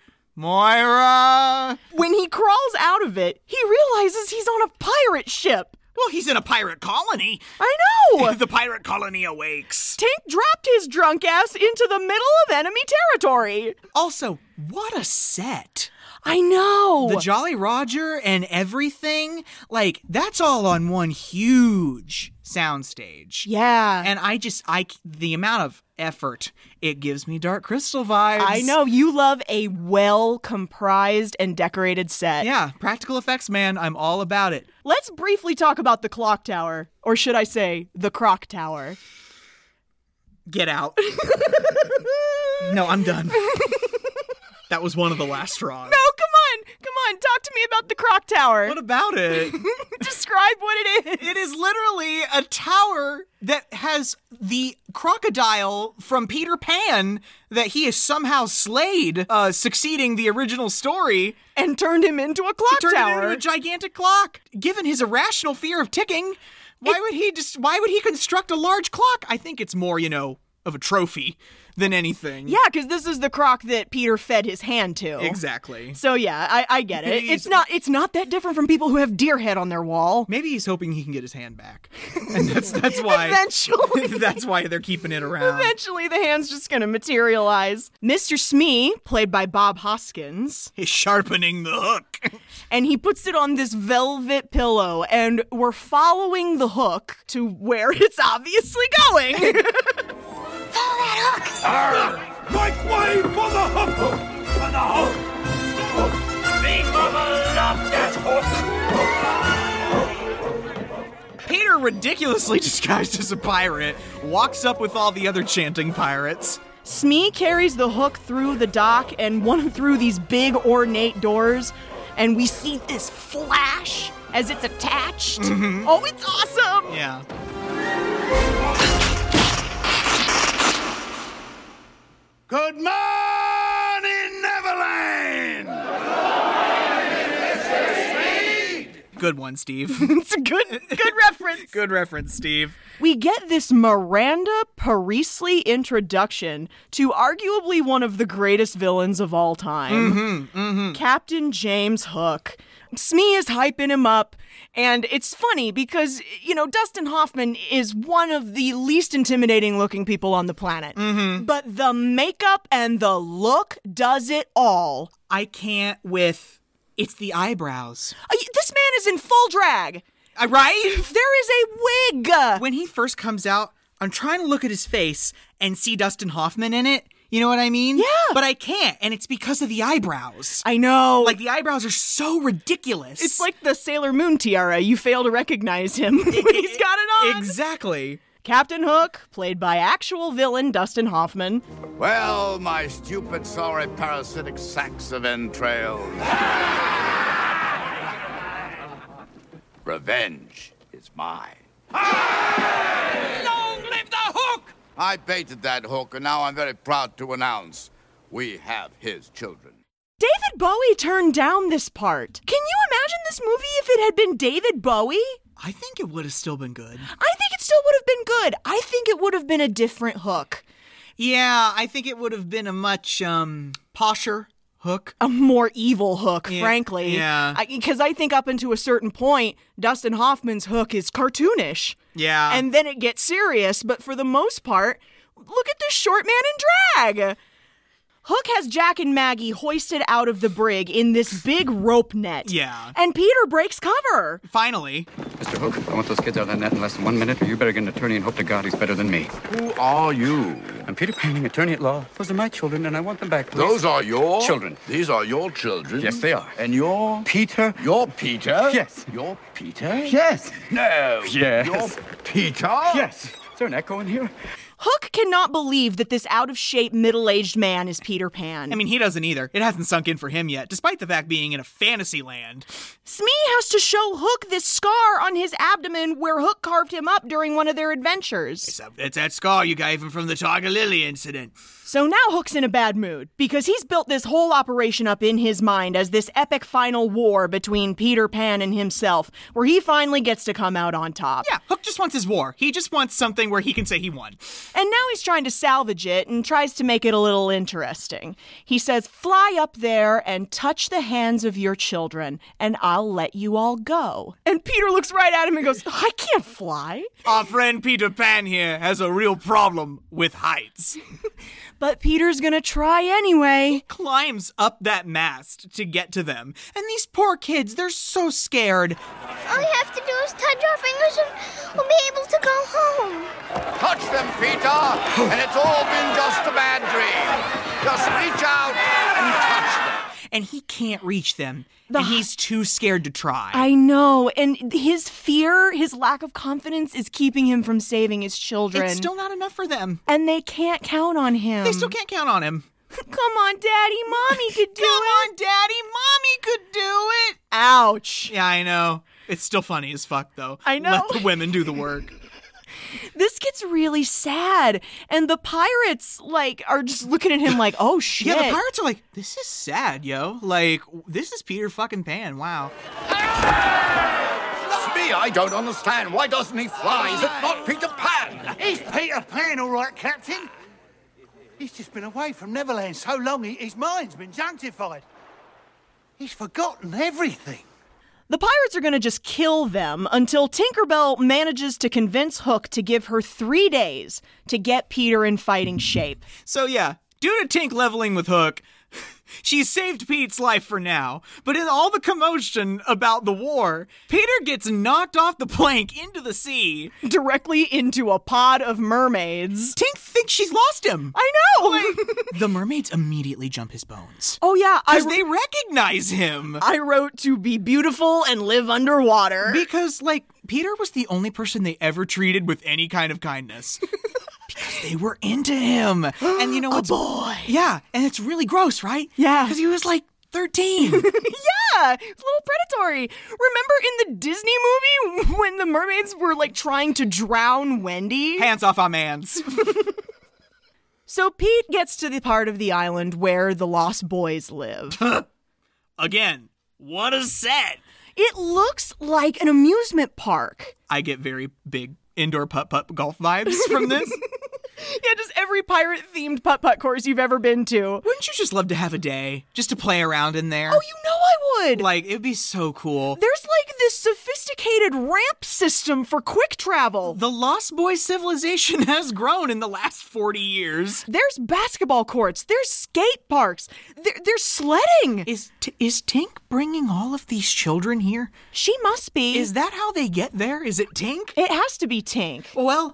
Speaker 1: Moira!
Speaker 2: When he crawls out of it, he realizes he's on a pirate ship.
Speaker 1: Well, he's in a pirate colony.
Speaker 2: I know!
Speaker 1: the pirate colony awakes.
Speaker 2: Tink dropped his drunk ass into the middle of enemy territory.
Speaker 1: Also, what a set.
Speaker 2: I know.
Speaker 1: The Jolly Roger and everything, like, that's all on one huge soundstage.
Speaker 2: yeah.
Speaker 1: And I just, I, c- the amount of effort, it gives me Dark Crystal vibes.
Speaker 2: I know you love a well comprised and decorated set.
Speaker 1: Yeah, practical effects, man. I'm all about it.
Speaker 2: Let's briefly talk about the clock tower, or should I say, the croc tower.
Speaker 1: Get out. no, I'm done. that was one of the last straws.
Speaker 2: Oh, come on, come on, talk to me about the Croc Tower.
Speaker 1: What about it?
Speaker 2: Describe what it is.
Speaker 1: It is literally a tower that has the crocodile from Peter Pan that he has somehow slayed, uh, succeeding the original story,
Speaker 2: And turned him into a clock
Speaker 1: turned
Speaker 2: tower.
Speaker 1: it into a gigantic clock. Given his irrational fear of ticking, why would he just? Why would he construct a large clock? I think it's more, you know, of a trophy than anything.
Speaker 2: yeah, because this is the croc that Peter fed his hand to.
Speaker 1: exactly.
Speaker 2: So yeah, I, I get it. It's not it's not that different from people who have deer head on their wall.
Speaker 1: Maybe he's hoping he can get his hand back, and that's that's why
Speaker 2: Eventually.
Speaker 1: that's why they're keeping it around.
Speaker 2: Eventually, the hand's just gonna materialize. Mr. Smee, played by Bob Hoskins,
Speaker 1: He's sharpening the hook.
Speaker 2: and he puts it on this velvet pillow, and we're following the hook to where it's obviously going.
Speaker 8: Follow that hook!
Speaker 10: Make way for the hook! For the hook! Hook! People love that hook!
Speaker 1: Peter, ridiculously disguised as a pirate, walks up with all the other chanting pirates.
Speaker 2: Smee carries the hook through the dock and one through these big ornate doors, and we see this flash as it's attached.
Speaker 8: Mm-hmm.
Speaker 2: Oh, it's awesome!
Speaker 1: Yeah.
Speaker 10: Good morning, Neverland!
Speaker 1: Good one, Steve.
Speaker 2: It's a good, good reference.
Speaker 1: Good reference, Steve.
Speaker 2: we get this Miranda Parisley introduction to arguably one of the greatest villains of all time, Captain James Hook. Smee is hyping him up, and it's funny because, you know, Dustin Hoffman is one of the least intimidating looking people on the planet. But the makeup and the look does it all.
Speaker 1: I can't with it's the eyebrows.
Speaker 2: Uh, y- This man is in full drag.
Speaker 1: Uh, Right?
Speaker 2: There is a wig.
Speaker 1: When he first comes out, I'm trying to look at his face and see Dustin Hoffman in it. You know what I mean? Yeah. But I can't, and it's because of the eyebrows.
Speaker 2: I know.
Speaker 1: Like the eyebrows are so ridiculous.
Speaker 2: It's like the Sailor Moon tiara. You fail to recognize him. when He's got it on.
Speaker 1: Exactly.
Speaker 2: Captain Hook, played by actual villain Dustin Hoffman.
Speaker 10: Well, my stupid, sorry, parasitic sacks of entrails. Revenge is mine.
Speaker 1: Long live the hook!
Speaker 10: I baited that hook, and now I'm very proud to announce we have his children.
Speaker 2: David Bowie turned down this part. Can you imagine this movie if it had been David Bowie?
Speaker 1: I think it would have still been good.
Speaker 2: I think it still would have been good. I think it would have been a different hook,
Speaker 1: Yeah, I think it would have been a much um posher hook.
Speaker 2: a more evil hook, frankly.
Speaker 1: yeah.
Speaker 2: Because I, think up until a certain point, Dustin Hoffman's hook is cartoonish.
Speaker 1: Yeah.
Speaker 2: and then it gets serious, but for the most part, look at this short man in drag. Hook has Jack and Maggie hoisted out of the brig in this big rope net.
Speaker 1: Yeah.
Speaker 2: And Peter breaks cover.
Speaker 1: finally,
Speaker 7: Mr. Hook, I want those kids out of that net in less than one minute, or you better get an attorney and hope to God he's better than me.
Speaker 10: Who are you?
Speaker 7: I'm Peter Panning, attorney at law. Those are my children, and I want them back. please.
Speaker 10: Those are your
Speaker 7: Children.
Speaker 10: These are your children.
Speaker 7: Yes, they are.
Speaker 10: And your
Speaker 7: Peter.
Speaker 10: your Peter.
Speaker 7: Yes.
Speaker 10: Your Peter.
Speaker 7: Yes.
Speaker 10: No.
Speaker 7: Yes.
Speaker 10: Your Peter.
Speaker 7: Yes. Is there an echo in here?
Speaker 2: Hook cannot believe that this out of shape middle aged man is Peter Pan.
Speaker 1: I mean, he doesn't either. It hasn't sunk in for him yet, despite the fact being in a fantasy land.
Speaker 2: Smee has to show Hook this scar on his abdomen where Hook carved him up during one of their adventures.
Speaker 1: It's, a- it's that scar you gave him from the Tiger Lily incident.
Speaker 2: So now Hook's in a bad mood because he's built this whole operation up in his mind as this epic final war between Peter Pan and himself, where he finally gets to come out on top.
Speaker 1: Yeah, Hook just wants his war. He just wants something where he can say he won.
Speaker 2: And now he's trying to salvage it and tries to make it a little interesting. He says, Fly up there and touch the hands of your children, and I'll let you all go. And Peter looks right at him and goes, I can't fly.
Speaker 1: Our friend Peter Pan here has a real problem with heights.
Speaker 2: But Peter's gonna try anyway.
Speaker 1: Climbs up that mast to get to them. And these poor kids, they're so scared.
Speaker 13: All we have to do is touch our fingers and we'll be able to go home.
Speaker 10: Touch them, Peter,
Speaker 7: Oh.
Speaker 10: and it's all been just a bad dream. Just reach out and touch them.
Speaker 1: And he can't reach them.
Speaker 2: The
Speaker 1: and he's too scared to try.
Speaker 2: I know. And his fear, his lack of confidence is keeping him from saving his children.
Speaker 1: it's still not enough for them.
Speaker 2: and they can't count on him.
Speaker 1: They still can't count on him.
Speaker 2: Come on, Daddy. Mommy could Um, do
Speaker 1: Come
Speaker 2: it.
Speaker 1: on, Daddy. Mommy could do it.
Speaker 2: Ouch.
Speaker 1: Yeah, I know. It's still funny as fuck, though.
Speaker 2: I know.
Speaker 1: Let the women do the work.
Speaker 2: This gets really sad. And the pirates, like, are just looking at him like, oh shit.
Speaker 1: Yeah, the pirates are like, this is sad, yo. Like, this is Peter fucking Pan. Wow.
Speaker 14: That's me. I don't understand. Why doesn't he fly? Is it not Peter Pan?
Speaker 11: He's Peter Pan, all right, Captain. He's just been away from Neverland so long, he- his mind's been junctified. He's forgotten everything.
Speaker 2: The pirates are going to just kill them until Tinkerbell manages to convince Hook to give her three days to get Peter in fighting shape.
Speaker 1: So, yeah, due to Tink leveling with Hook, she saved Pete's life for now. But in all the commotion about the war, Peter gets knocked off the plank into the sea.
Speaker 2: Directly into a pod of mermaids.
Speaker 1: Tink thinks she's lost him.
Speaker 2: I know!
Speaker 1: the mermaids immediately jump his bones.
Speaker 2: oh, yeah. I,
Speaker 1: Because they recognize him.
Speaker 2: I wrote to be beautiful and live underwater.
Speaker 1: Because, like, Peter was the only person they ever treated with any kind of kindness. because they were into him. And you know what's.
Speaker 2: boy.
Speaker 1: Yeah, and it's really gross, right?
Speaker 2: Yeah.
Speaker 1: Because he was like 13.
Speaker 2: Yeah, it's a little predatory. Remember in the Disney movie when the mermaids were like trying to drown Wendy?
Speaker 1: Hands off our mans.
Speaker 2: So Pete gets to the part of the island where the lost boys live.
Speaker 15: Again, what a set!
Speaker 2: it looks like an amusement park.
Speaker 1: I get very big indoor putt putt golf vibes from this.
Speaker 2: Yeah, just every pirate themed putt putt course you've ever been to.
Speaker 1: Wouldn't you just love to have a day just to play around in there?
Speaker 2: Oh, you know I would.
Speaker 1: Like, it'd be so cool.
Speaker 2: There's like this sophisticated ramp system for quick travel.
Speaker 1: The Lost Boys civilization has grown in the last 40 years.
Speaker 2: There's basketball courts. There's skate parks. There, there's sledding.
Speaker 1: Is t- is Tink bringing all of these children here?
Speaker 2: she must be.
Speaker 1: Is that how they get there? Is it Tink?
Speaker 2: it has to be Tink.
Speaker 1: Well,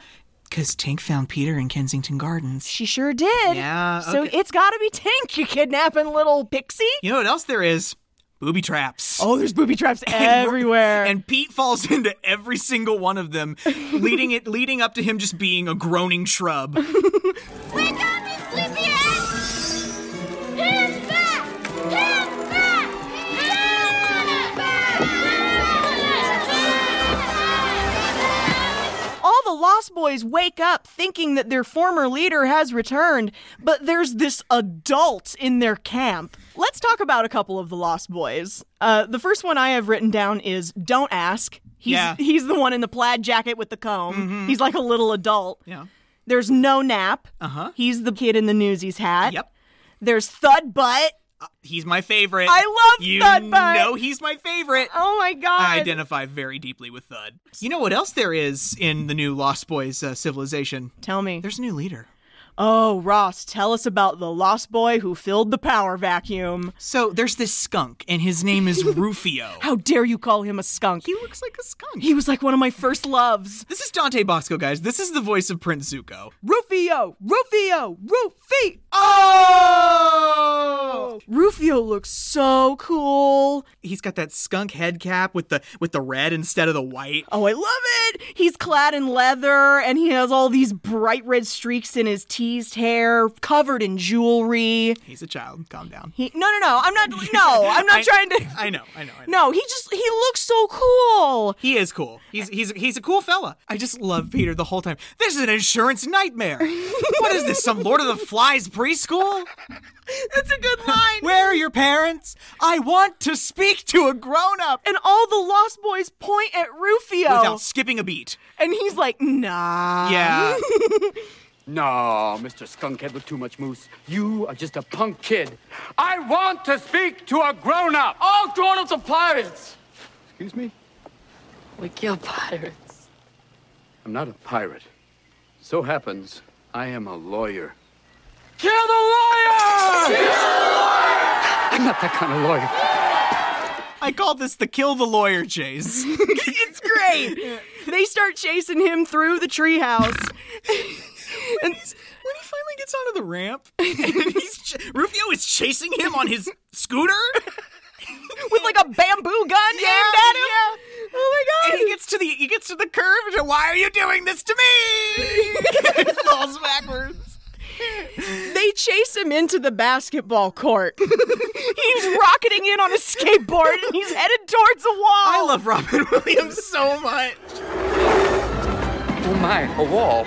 Speaker 1: because Tink found Peter in Kensington Gardens.
Speaker 2: She sure did.
Speaker 1: Yeah,
Speaker 2: So
Speaker 1: okay.
Speaker 2: it's got to be Tink, you kidnapping little pixie.
Speaker 1: You know what else there is? Booby traps.
Speaker 2: Oh, there's booby traps everywhere.
Speaker 1: And Pete falls into every single one of them, leading it leading up to him just being a groaning shrub.
Speaker 12: Wake up, you sleepyhead! Hands back! Hands back! Hands back!
Speaker 2: All the Lost Boys wake up thinking that their former leader has returned, but there's this adult in their camp. Let's talk about a couple of the Lost Boys. Uh, the first one I have written down is Don't Ask. He's,
Speaker 1: Yeah. Mm-hmm.
Speaker 2: he's the one in the plaid jacket with the comb. He's like a little adult.
Speaker 1: Yeah. Uh-huh.
Speaker 2: There's No Nap. Uh huh. He's the kid in the newsies hat.
Speaker 1: Yep.
Speaker 2: There's Thud Butt.
Speaker 1: He's my favorite.
Speaker 2: I love
Speaker 1: you
Speaker 2: Thud Butt.
Speaker 1: know he's my favorite.
Speaker 2: Oh my god.
Speaker 1: I identify very deeply with Thud. You know what else there is in the new Lost Boys uh, civilization?
Speaker 2: Tell me.
Speaker 1: There's a new leader.
Speaker 2: Oh, Ross, tell us about the lost boy who filled the power vacuum.
Speaker 1: So there's this skunk, and his name is Rufio.
Speaker 2: How dare you call him a skunk?
Speaker 1: he looks like a skunk.
Speaker 2: He was like one of my first loves.
Speaker 1: This is Dante Bosco, guys. This is the voice of Prince Zuko.
Speaker 2: Rufio, Rufio, Rufio.
Speaker 1: Oh!
Speaker 2: Rufio looks so cool.
Speaker 1: He's got that skunk head cap with the with the red instead of the white.
Speaker 2: Oh, I love it. He's clad in leather and he has all these bright red streaks in his teased hair, covered in jewelry.
Speaker 1: He's a child. Calm down.
Speaker 2: He, no, no, no. I'm not No, I'm not
Speaker 1: I-
Speaker 2: trying to
Speaker 1: I know. I know. I know.
Speaker 2: No, he just he looks so cool.
Speaker 1: He is cool. He's he's he's a cool fella. I just love Peter the whole time. This is an insurance nightmare. what is this? Some Lord of the Flies preschool?
Speaker 2: That's a good line.
Speaker 1: Where are your parents? I want to speak to a grown up
Speaker 2: and all the Lost Boys point at Rufio,
Speaker 1: without skipping a beat.
Speaker 2: and he's like, "Nah."
Speaker 1: Yeah.
Speaker 10: No, Mr. Skunkhead with too much moose. You are just a punk kid. I want to speak to a grown up. All grown ups are pirates.
Speaker 14: Excuse me?
Speaker 16: We kill pirates.
Speaker 14: I'm not a pirate. So happens, I am a lawyer.
Speaker 10: Kill the lawyer!
Speaker 14: I'm not that kind of lawyer.
Speaker 1: I call this the kill the lawyer chase.
Speaker 2: it's great. they start chasing him through the treehouse.
Speaker 1: and he's, when he finally gets onto the ramp, and he's ch- Rufio is chasing him on his scooter.
Speaker 2: with like a bamboo gun aimed at him. Oh my god!
Speaker 1: And he gets to the he gets to the curb and he's like, why are you doing this to me? Falls backwards.
Speaker 2: They chase him into the basketball court. he's rocketing in on a skateboard and he's headed towards a wall.
Speaker 1: I love Robin Williams so much.
Speaker 10: Oh my, a wall.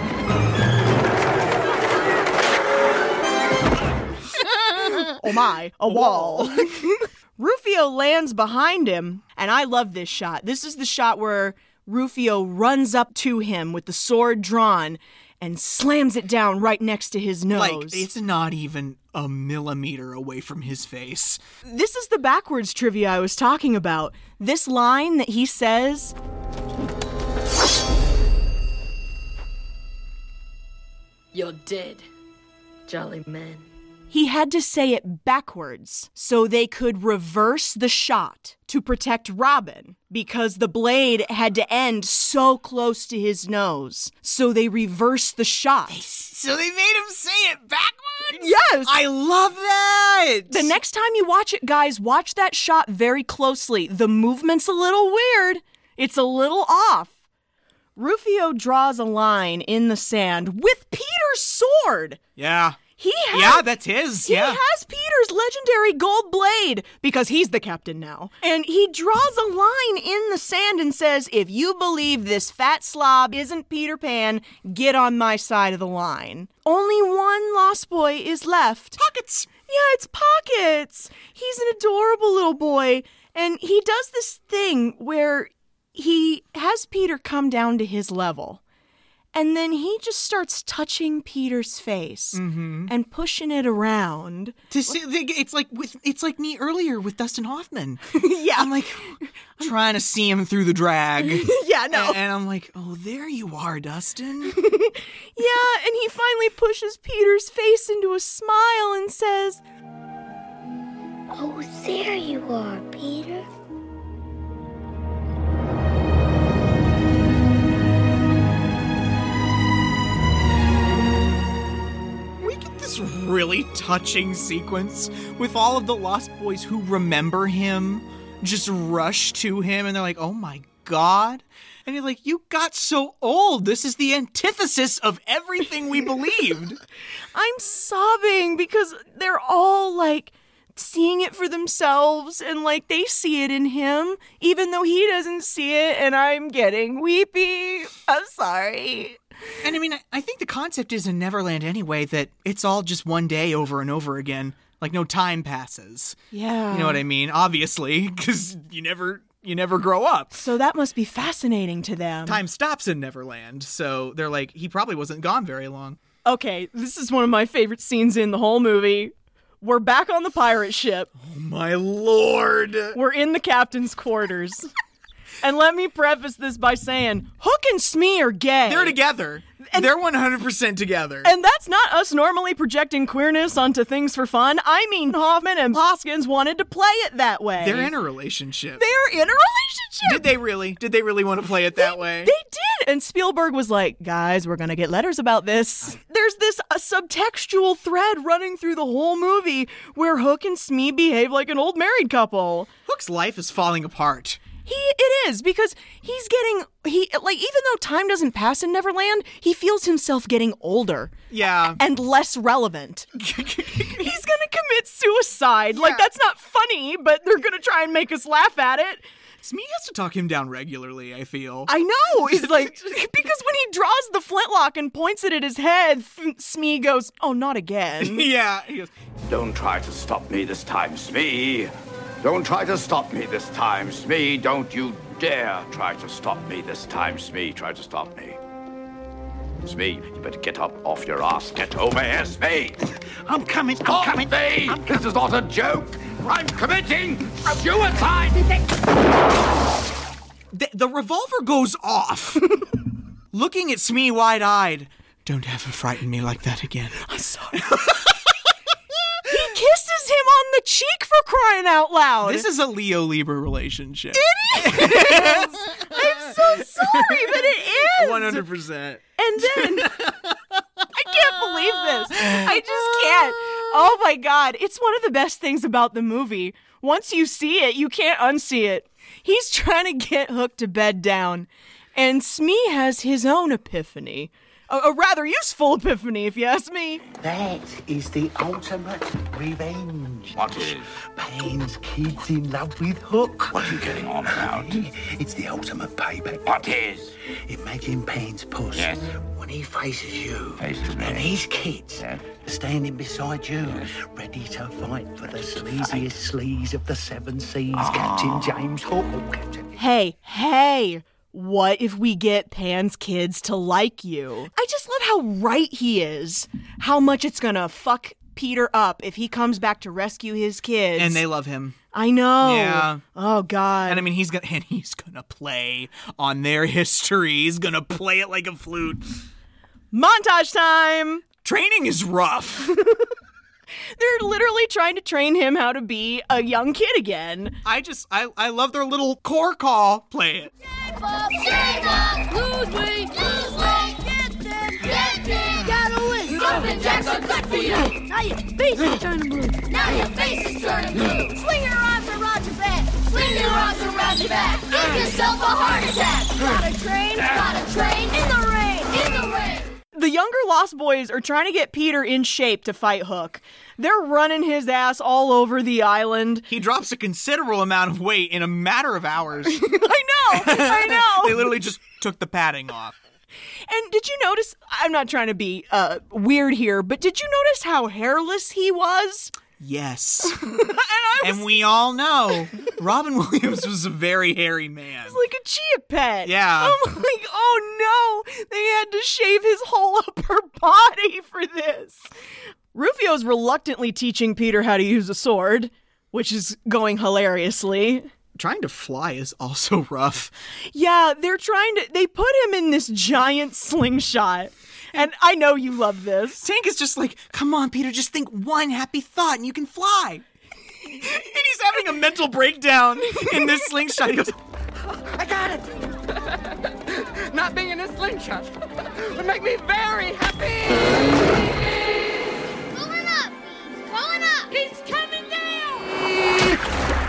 Speaker 2: oh my, a wall. Rufio lands behind him, and I love this shot. This is the shot where Rufio runs up to him with the sword drawn and slams it down right next to his nose.
Speaker 1: Like, it's not even a millimeter away from his face.
Speaker 2: This is the backwards trivia I was talking about. This line that he says.
Speaker 11: You're dead, jolly man.
Speaker 2: He had to say it backwards so they could reverse the shot to protect Robin because the blade had to end so close to his nose. So they reversed the shot.
Speaker 1: So they made him say it backwards?
Speaker 2: Yes.
Speaker 1: I love that.
Speaker 2: The next time you watch it, guys, watch that shot very closely. The movement's a little weird, it's a little off. Rufio draws a line in the sand with Peter's sword.
Speaker 1: Yeah.
Speaker 2: He has,
Speaker 1: yeah, that's his.
Speaker 2: He
Speaker 1: yeah.
Speaker 2: has Peter's legendary gold blade because he's the captain now. And he draws a line in the sand and says, If you believe this fat slob isn't Peter Pan, get on my side of the line. Only one lost boy is left.
Speaker 1: Pockets!
Speaker 2: Yeah, it's Pockets. He's an adorable little boy. And he does this thing where he has Peter come down to his level. And then he just starts touching Peter's face
Speaker 1: mm-hmm.
Speaker 2: and pushing it around.
Speaker 1: To see, it's like with it's like me earlier with Dustin Hoffman.
Speaker 2: yeah,
Speaker 1: I'm like trying to see him through the drag.
Speaker 2: yeah, no.
Speaker 1: And, and I'm like, oh, there you are, Dustin. yeah,
Speaker 2: and he finally pushes Peter's face into a smile and says,
Speaker 17: "Oh, there you are, Peter."
Speaker 1: this really touching sequence with all of the lost boys who remember him just rush to him and they're like, "Oh my god." And you're like, "You got so old. This is the antithesis of everything we believed."
Speaker 2: I'm sobbing because they're all like seeing it for themselves and like they see it in him even though he doesn't see it and I'm getting weepy. I'm sorry.
Speaker 1: And I mean, I think the concept is in Neverland anyway that it's all just one day over and over again. Like no time passes.
Speaker 2: Yeah.
Speaker 1: You know what I mean? Obviously, because you never you never grow up.
Speaker 2: So that must be fascinating to them.
Speaker 1: Time stops in Neverland, so they're like, he probably wasn't gone very long.
Speaker 2: Okay, this is one of my favorite scenes in the whole movie. We're back on the pirate ship.
Speaker 1: Oh my lord.
Speaker 2: We're in the captain's quarters. And let me preface this by saying Hook and Smee are gay.
Speaker 1: They're together. And They're 100% together.
Speaker 2: And that's not us normally projecting queerness onto things for fun. I mean, Hoffman and Hoskins wanted to play it that way.
Speaker 1: They're in a relationship.
Speaker 2: They're in a relationship.
Speaker 1: Did they really? Did they really want to play it that
Speaker 2: they,
Speaker 1: way?
Speaker 2: They did. And Spielberg was like, guys, we're going to get letters about this. There's this uh, subtextual thread running through the whole movie where Hook and Smee behave like an old married couple.
Speaker 1: Hook's life is falling apart.
Speaker 2: He it is because he's getting he like even though time doesn't pass in Neverland, he feels himself getting older.
Speaker 1: Yeah.
Speaker 2: And less relevant. he's going to commit suicide. Yeah. Like that's not funny, but they're going to try and make us laugh at it.
Speaker 1: Smee has to talk him down regularly, I feel.
Speaker 2: I know. He's like because when he draws the flintlock and points it at his head, Smee goes, "Oh, not again."
Speaker 1: yeah. He goes,
Speaker 7: "Don't try to stop me this time, Smee." Don't try to stop me this time, Smee. Don't you dare try to stop me this time, Smee. Try to stop me. Smee, you better get up off your ass. Get over here, Smee.
Speaker 18: I'm coming. I'm
Speaker 7: Off
Speaker 18: coming.
Speaker 7: Me.
Speaker 18: I'm
Speaker 7: this is not a joke. I'm committing suicide.
Speaker 1: The, the revolver goes off. Looking at Smee wide eyed. Don't ever frighten me like that again.
Speaker 2: I'm sorry. He kisses him on the cheek for crying out loud.
Speaker 1: This is a Leo Lieber relationship.
Speaker 2: It is. I'm so sorry, but it is.
Speaker 1: One hundred percent.
Speaker 2: And then I can't believe this. I just can't. Oh my god, it's one of the best things about the movie. Once you see it, you can't unsee it. He's trying to get Hook to bed down, and Smee has his own epiphany A, a rather useful epiphany, if you ask me.
Speaker 9: That is the ultimate revenge.
Speaker 19: What is?
Speaker 9: Man's kid's in love with Hook.
Speaker 19: What are you getting on about?
Speaker 9: It's the ultimate payback.
Speaker 19: What is?
Speaker 9: Imagine Pan's puss
Speaker 19: Yes.
Speaker 9: when he faces you
Speaker 19: Faces me.
Speaker 9: and his kids standing beside you, ready to fight for the sleaziest sleaze of the seven seas,
Speaker 19: Ah.
Speaker 9: Captain James Hook. Oh, Captain.
Speaker 2: Hey, hey, what if we get Pan's kids to like you? I just love how right he is. How much it's gonna fuck Peter up if he comes back to rescue his kids.
Speaker 1: and they love him.
Speaker 2: I know.
Speaker 1: Yeah.
Speaker 2: Oh God.
Speaker 1: And I mean, he's gonna and he's gonna play on their history. He's gonna play it like a flute.
Speaker 2: Montage time.
Speaker 1: Training is rough.
Speaker 2: They're literally trying to train him how to be a young kid again.
Speaker 1: I just I I love their little core call. Play it.
Speaker 12: Lose weight! Lose weight! Get them! Get them! Gotta win! Jumping jacks are good for you! Now your face is turning blue! Now your face is turning blue! Swing your arms around your back! Swing your arms around your back! Give yourself a heart attack! Gotta train! Gotta train! In the rain! In the rain!
Speaker 2: The younger Lost Boys are trying to get Peter in shape to fight Hook. They're running his ass all over the island.
Speaker 1: He drops a considerable amount of weight in a matter of hours.
Speaker 2: I know, I know.
Speaker 1: they literally just took the padding off.
Speaker 2: And did you notice? I'm not trying to be uh, weird here, but did you notice how hairless he was?
Speaker 1: Yes. and we all know Robin Williams was a very hairy man.
Speaker 2: Like a chia pet.
Speaker 1: Yeah.
Speaker 2: I'm like, oh no, they had to shave his whole upper body for this. Rufio's reluctantly teaching Peter how to use a sword, which is going hilariously.
Speaker 1: Trying to fly is also rough.
Speaker 2: Yeah, they're trying to, they put him in this giant slingshot. And I know you love this.
Speaker 1: Tank is just like, come on, Peter, just think one happy thought and you can fly. and he's having a mental breakdown in this slingshot. He goes,
Speaker 10: I got it! Not being in a slingshot would make me very happy!
Speaker 13: Pulling up! Pulling up! He's coming down!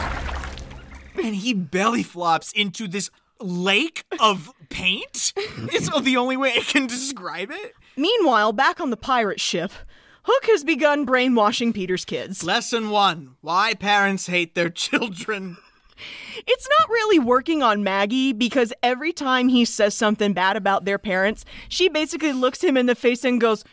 Speaker 1: and he belly flops into this lake of paint. it's the only way I can describe it.
Speaker 2: Meanwhile, back on the pirate ship, Hook has begun brainwashing Peter's kids.
Speaker 1: Lesson one why parents hate their children.
Speaker 2: It's not really working on Maggie because every time he says something bad about their parents, she basically looks him in the face and goes,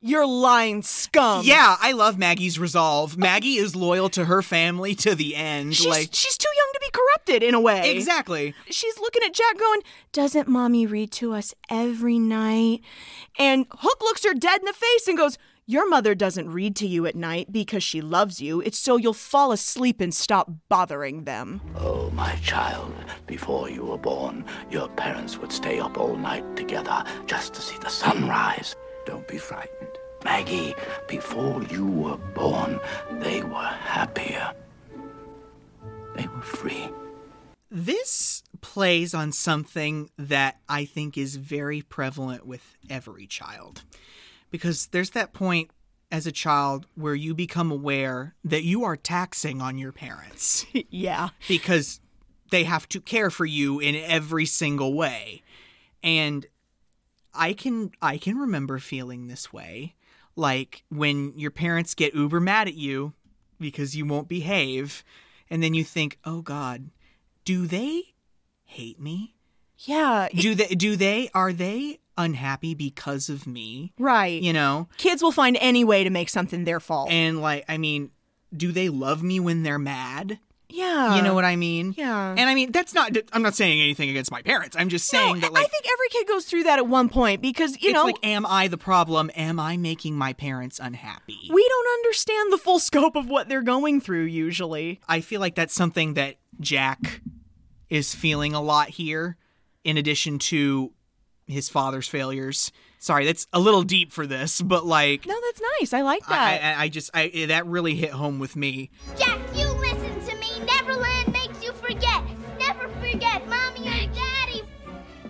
Speaker 2: You're lying scum.
Speaker 1: Yeah, I love Maggie's resolve. Maggie is loyal to her family to the end.
Speaker 2: She's,
Speaker 1: like
Speaker 2: she's too young to be corrupted in a way.
Speaker 1: exactly.
Speaker 2: She's looking at Jack going, Doesn't mommy read to us every night? And Hook looks her dead in the face and goes, Your mother doesn't read to you at night because she loves you. It's so you'll fall asleep and stop bothering them.
Speaker 12: Oh, my child, before you were born, your parents would stay up all night together just to see the sunrise. Don't be frightened. Maggie, before you were born, they were happier. They were free.
Speaker 1: This plays on something that I think is very prevalent with every child. Because there's that point as a child where you become aware that you are taxing on your parents
Speaker 2: yeah.
Speaker 1: because they have to care for you in every single way. And I can I can remember feeling this way like when your parents get uber mad at you because you won't behave and then you think, "Oh god, do they hate me?
Speaker 2: Yeah.
Speaker 1: Do they do they are they unhappy because of me?"
Speaker 2: Right.
Speaker 1: You know?
Speaker 2: Kids will find any way to make something their fault.
Speaker 1: And like, I mean, do they love me when they're mad?
Speaker 2: yeah.
Speaker 1: you know what I mean?
Speaker 2: Uh, yeah.
Speaker 1: And I mean, that's not, I'm not saying anything against my parents. I'm just saying that, like,
Speaker 2: I think every kid goes through that at one point because, you
Speaker 1: it's
Speaker 2: know,
Speaker 1: like, am I the problem? Am I making my parents unhappy?
Speaker 2: we don't understand the full scope of what they're going through usually.
Speaker 1: I feel like that's something that Jack is feeling a lot here, in addition to his father's failures. Sorry, that's a little deep for this, but like,
Speaker 2: No, that's nice. I like
Speaker 1: I,
Speaker 2: that.
Speaker 1: I, I just, I, that really hit home with me.
Speaker 13: Jack, you listen to me. Neverland makes you forget. Never forget mommy and daddy.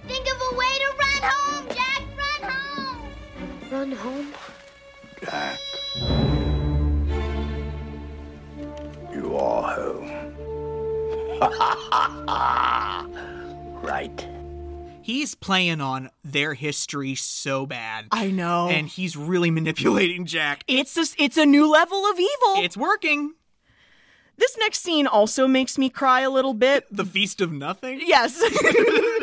Speaker 13: Think of a way to run home, Jack. Run home.
Speaker 5: Run home.
Speaker 19: Jack. You are home. right.
Speaker 1: He's playing on their history so bad.
Speaker 2: I know.
Speaker 1: And he's really manipulating Jack.
Speaker 2: It's a, it's a new level of evil.
Speaker 1: It's working.
Speaker 2: This next scene also makes me cry a little bit.
Speaker 1: The Feast of Nothing?
Speaker 2: Yes.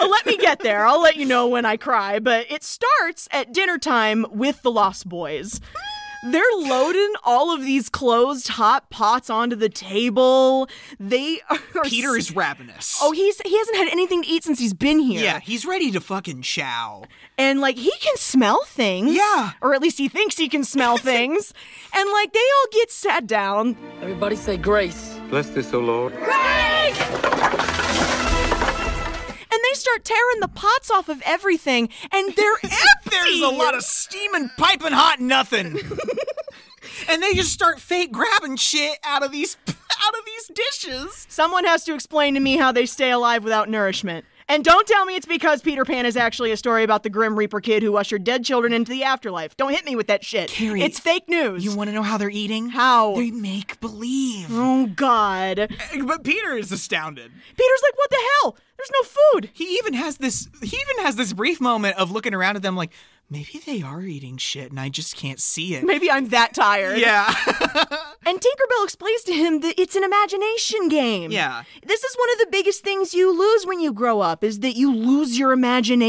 Speaker 2: Uh, let me get there. I'll let you know when I cry. But it starts at dinner time with the Lost Boys. They're loading all of these closed hot pots onto the table. They are
Speaker 1: Peter is ravenous.
Speaker 2: Oh, he's he hasn't had anything to eat since he's been here.
Speaker 1: Yeah, he's ready to fucking chow.
Speaker 2: And like he can smell things.
Speaker 1: Yeah.
Speaker 2: Or at least he thinks he can smell things. And like they all get sat down.
Speaker 20: Everybody say grace.
Speaker 7: Bless this, O Lord.
Speaker 2: Grace! and they start tearing the pots off of everything, and they're empty.
Speaker 1: There's a lot of steaming, piping hot nothing, and they just start fake grabbing shit out of these out of these dishes.
Speaker 2: Someone has to explain to me how they stay alive without nourishment. And don't tell me it's because Peter Pan is actually a story about the Grim Reaper kid who ushered dead children into the afterlife. Don't hit me with that shit.
Speaker 1: Carrie,
Speaker 2: it's fake news.
Speaker 1: You want to know how they're eating?
Speaker 2: How?
Speaker 1: They make believe.
Speaker 2: Oh, God.
Speaker 1: But Peter is astounded.
Speaker 2: Peter's like, what the hell? There's no food.
Speaker 1: He even has this he even has this brief moment of looking around at them like, maybe they are eating shit and I just can't see it.
Speaker 2: Maybe I'm that tired.
Speaker 1: Yeah.
Speaker 2: and Tinkerbell explains to him that it's an imagination game.
Speaker 1: Yeah.
Speaker 2: This is one of the biggest things you lose when you grow up is that you lose your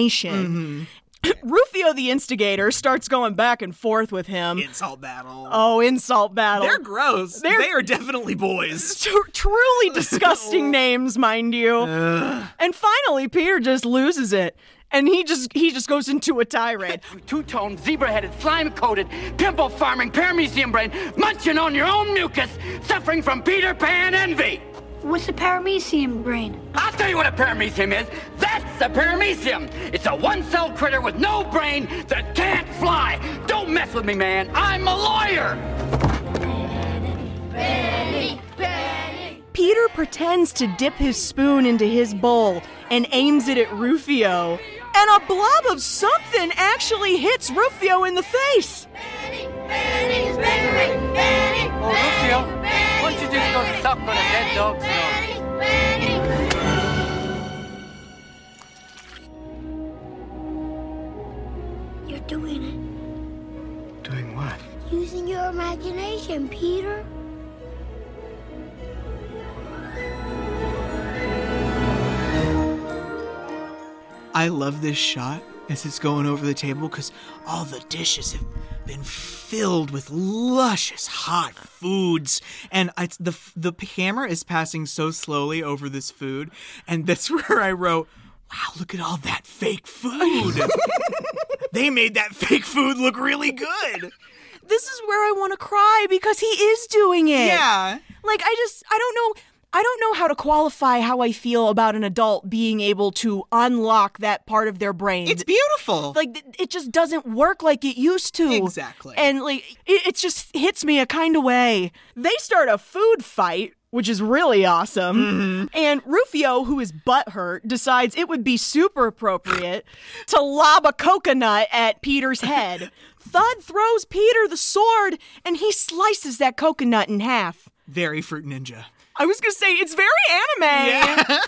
Speaker 2: imagination. Mm-hmm. Rufio the instigator starts going back and forth with him.
Speaker 1: Insult battle.
Speaker 2: Oh, insult battle.
Speaker 1: They're gross. They're, they are definitely boys.
Speaker 2: T- truly disgusting names, mind you. Ugh. And finally, Peter just loses it and he just he just goes into a tirade.
Speaker 10: Two-tone, zebra-headed, slime-coated, pimple farming, pear museum brain, munching on your own mucus, suffering from Peter Pan envy.
Speaker 12: What's a paramecium brain?
Speaker 10: I'll tell you what a paramecium is. That's a paramecium. It's a one-cell critter with no brain that can't fly. Don't mess with me, man. I'm a lawyer.
Speaker 12: Benny, Benny.
Speaker 2: Peter pretends to dip his spoon into his bowl and aims it at Rufio. And a blob of something actually hits Rufio in the face.
Speaker 12: Benny, Benny, Benny, Benny,
Speaker 10: oh, Rufio, why don't you just go suck on a dead dog's nose?
Speaker 12: You're doing
Speaker 7: it. Doing what?
Speaker 12: Using your imagination, Peter.
Speaker 1: I love this shot as it's going over the table because all the dishes have been filled with luscious hot foods, and it's the the camera is passing so slowly over this food, and that's where I wrote, "Wow, look at all that fake food! they made that fake food look really good."
Speaker 2: This is where I want to cry because he is doing it.
Speaker 1: Yeah.
Speaker 2: Like I just I don't know I don't know how to qualify how I feel about an adult being able to unlock that part of their brain.
Speaker 1: It's beautiful.
Speaker 2: Like it just doesn't work like it used to.
Speaker 1: Exactly.
Speaker 2: And like it, it just hits me a kind of way. They start a food fight. Which is really awesome. Mm-hmm. And Rufio, who is butthurt, decides it would be super appropriate to lob a coconut at Peter's head. Thud throws Peter the sword, and he slices that coconut in half.
Speaker 1: Very Fruit Ninja.
Speaker 2: I was gonna say it's very anime.
Speaker 1: Yeah.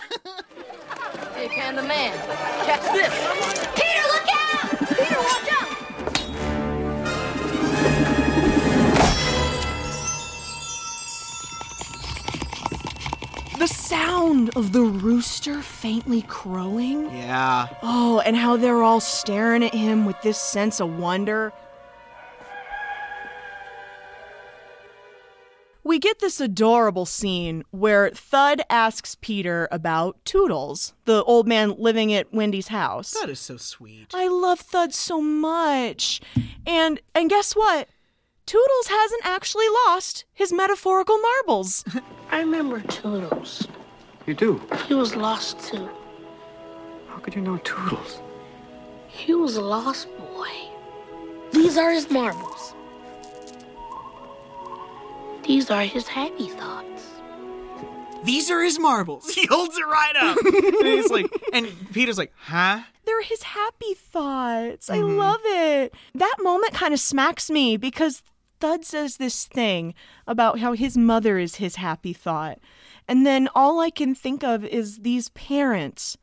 Speaker 20: hey, Panda Man, catch this.
Speaker 12: Peter, look out! Peter, watch out!
Speaker 2: The sound of the rooster faintly crowing.
Speaker 1: Yeah.
Speaker 2: Oh, and how they're all staring at him with this sense of wonder. we get this adorable scene where Thud asks Peter about Toodles, the old man living at Wendy's house.
Speaker 1: That is so sweet.
Speaker 2: I love Thud so much. And and guess what? Toodles hasn't actually lost his metaphorical marbles.
Speaker 21: I remember Toodles.
Speaker 7: You do?
Speaker 21: He was lost too.
Speaker 7: How could you know Toodles?
Speaker 21: He was a lost boy. These are his marbles. These are his happy thoughts.
Speaker 1: These are his marbles. He holds it right up. and he's like, and Peter's like, huh?
Speaker 2: They're his happy thoughts. Mm-hmm. I love it. That moment kind of smacks me because Thud says this thing about how his mother is his happy thought. And then all I can think of is these parents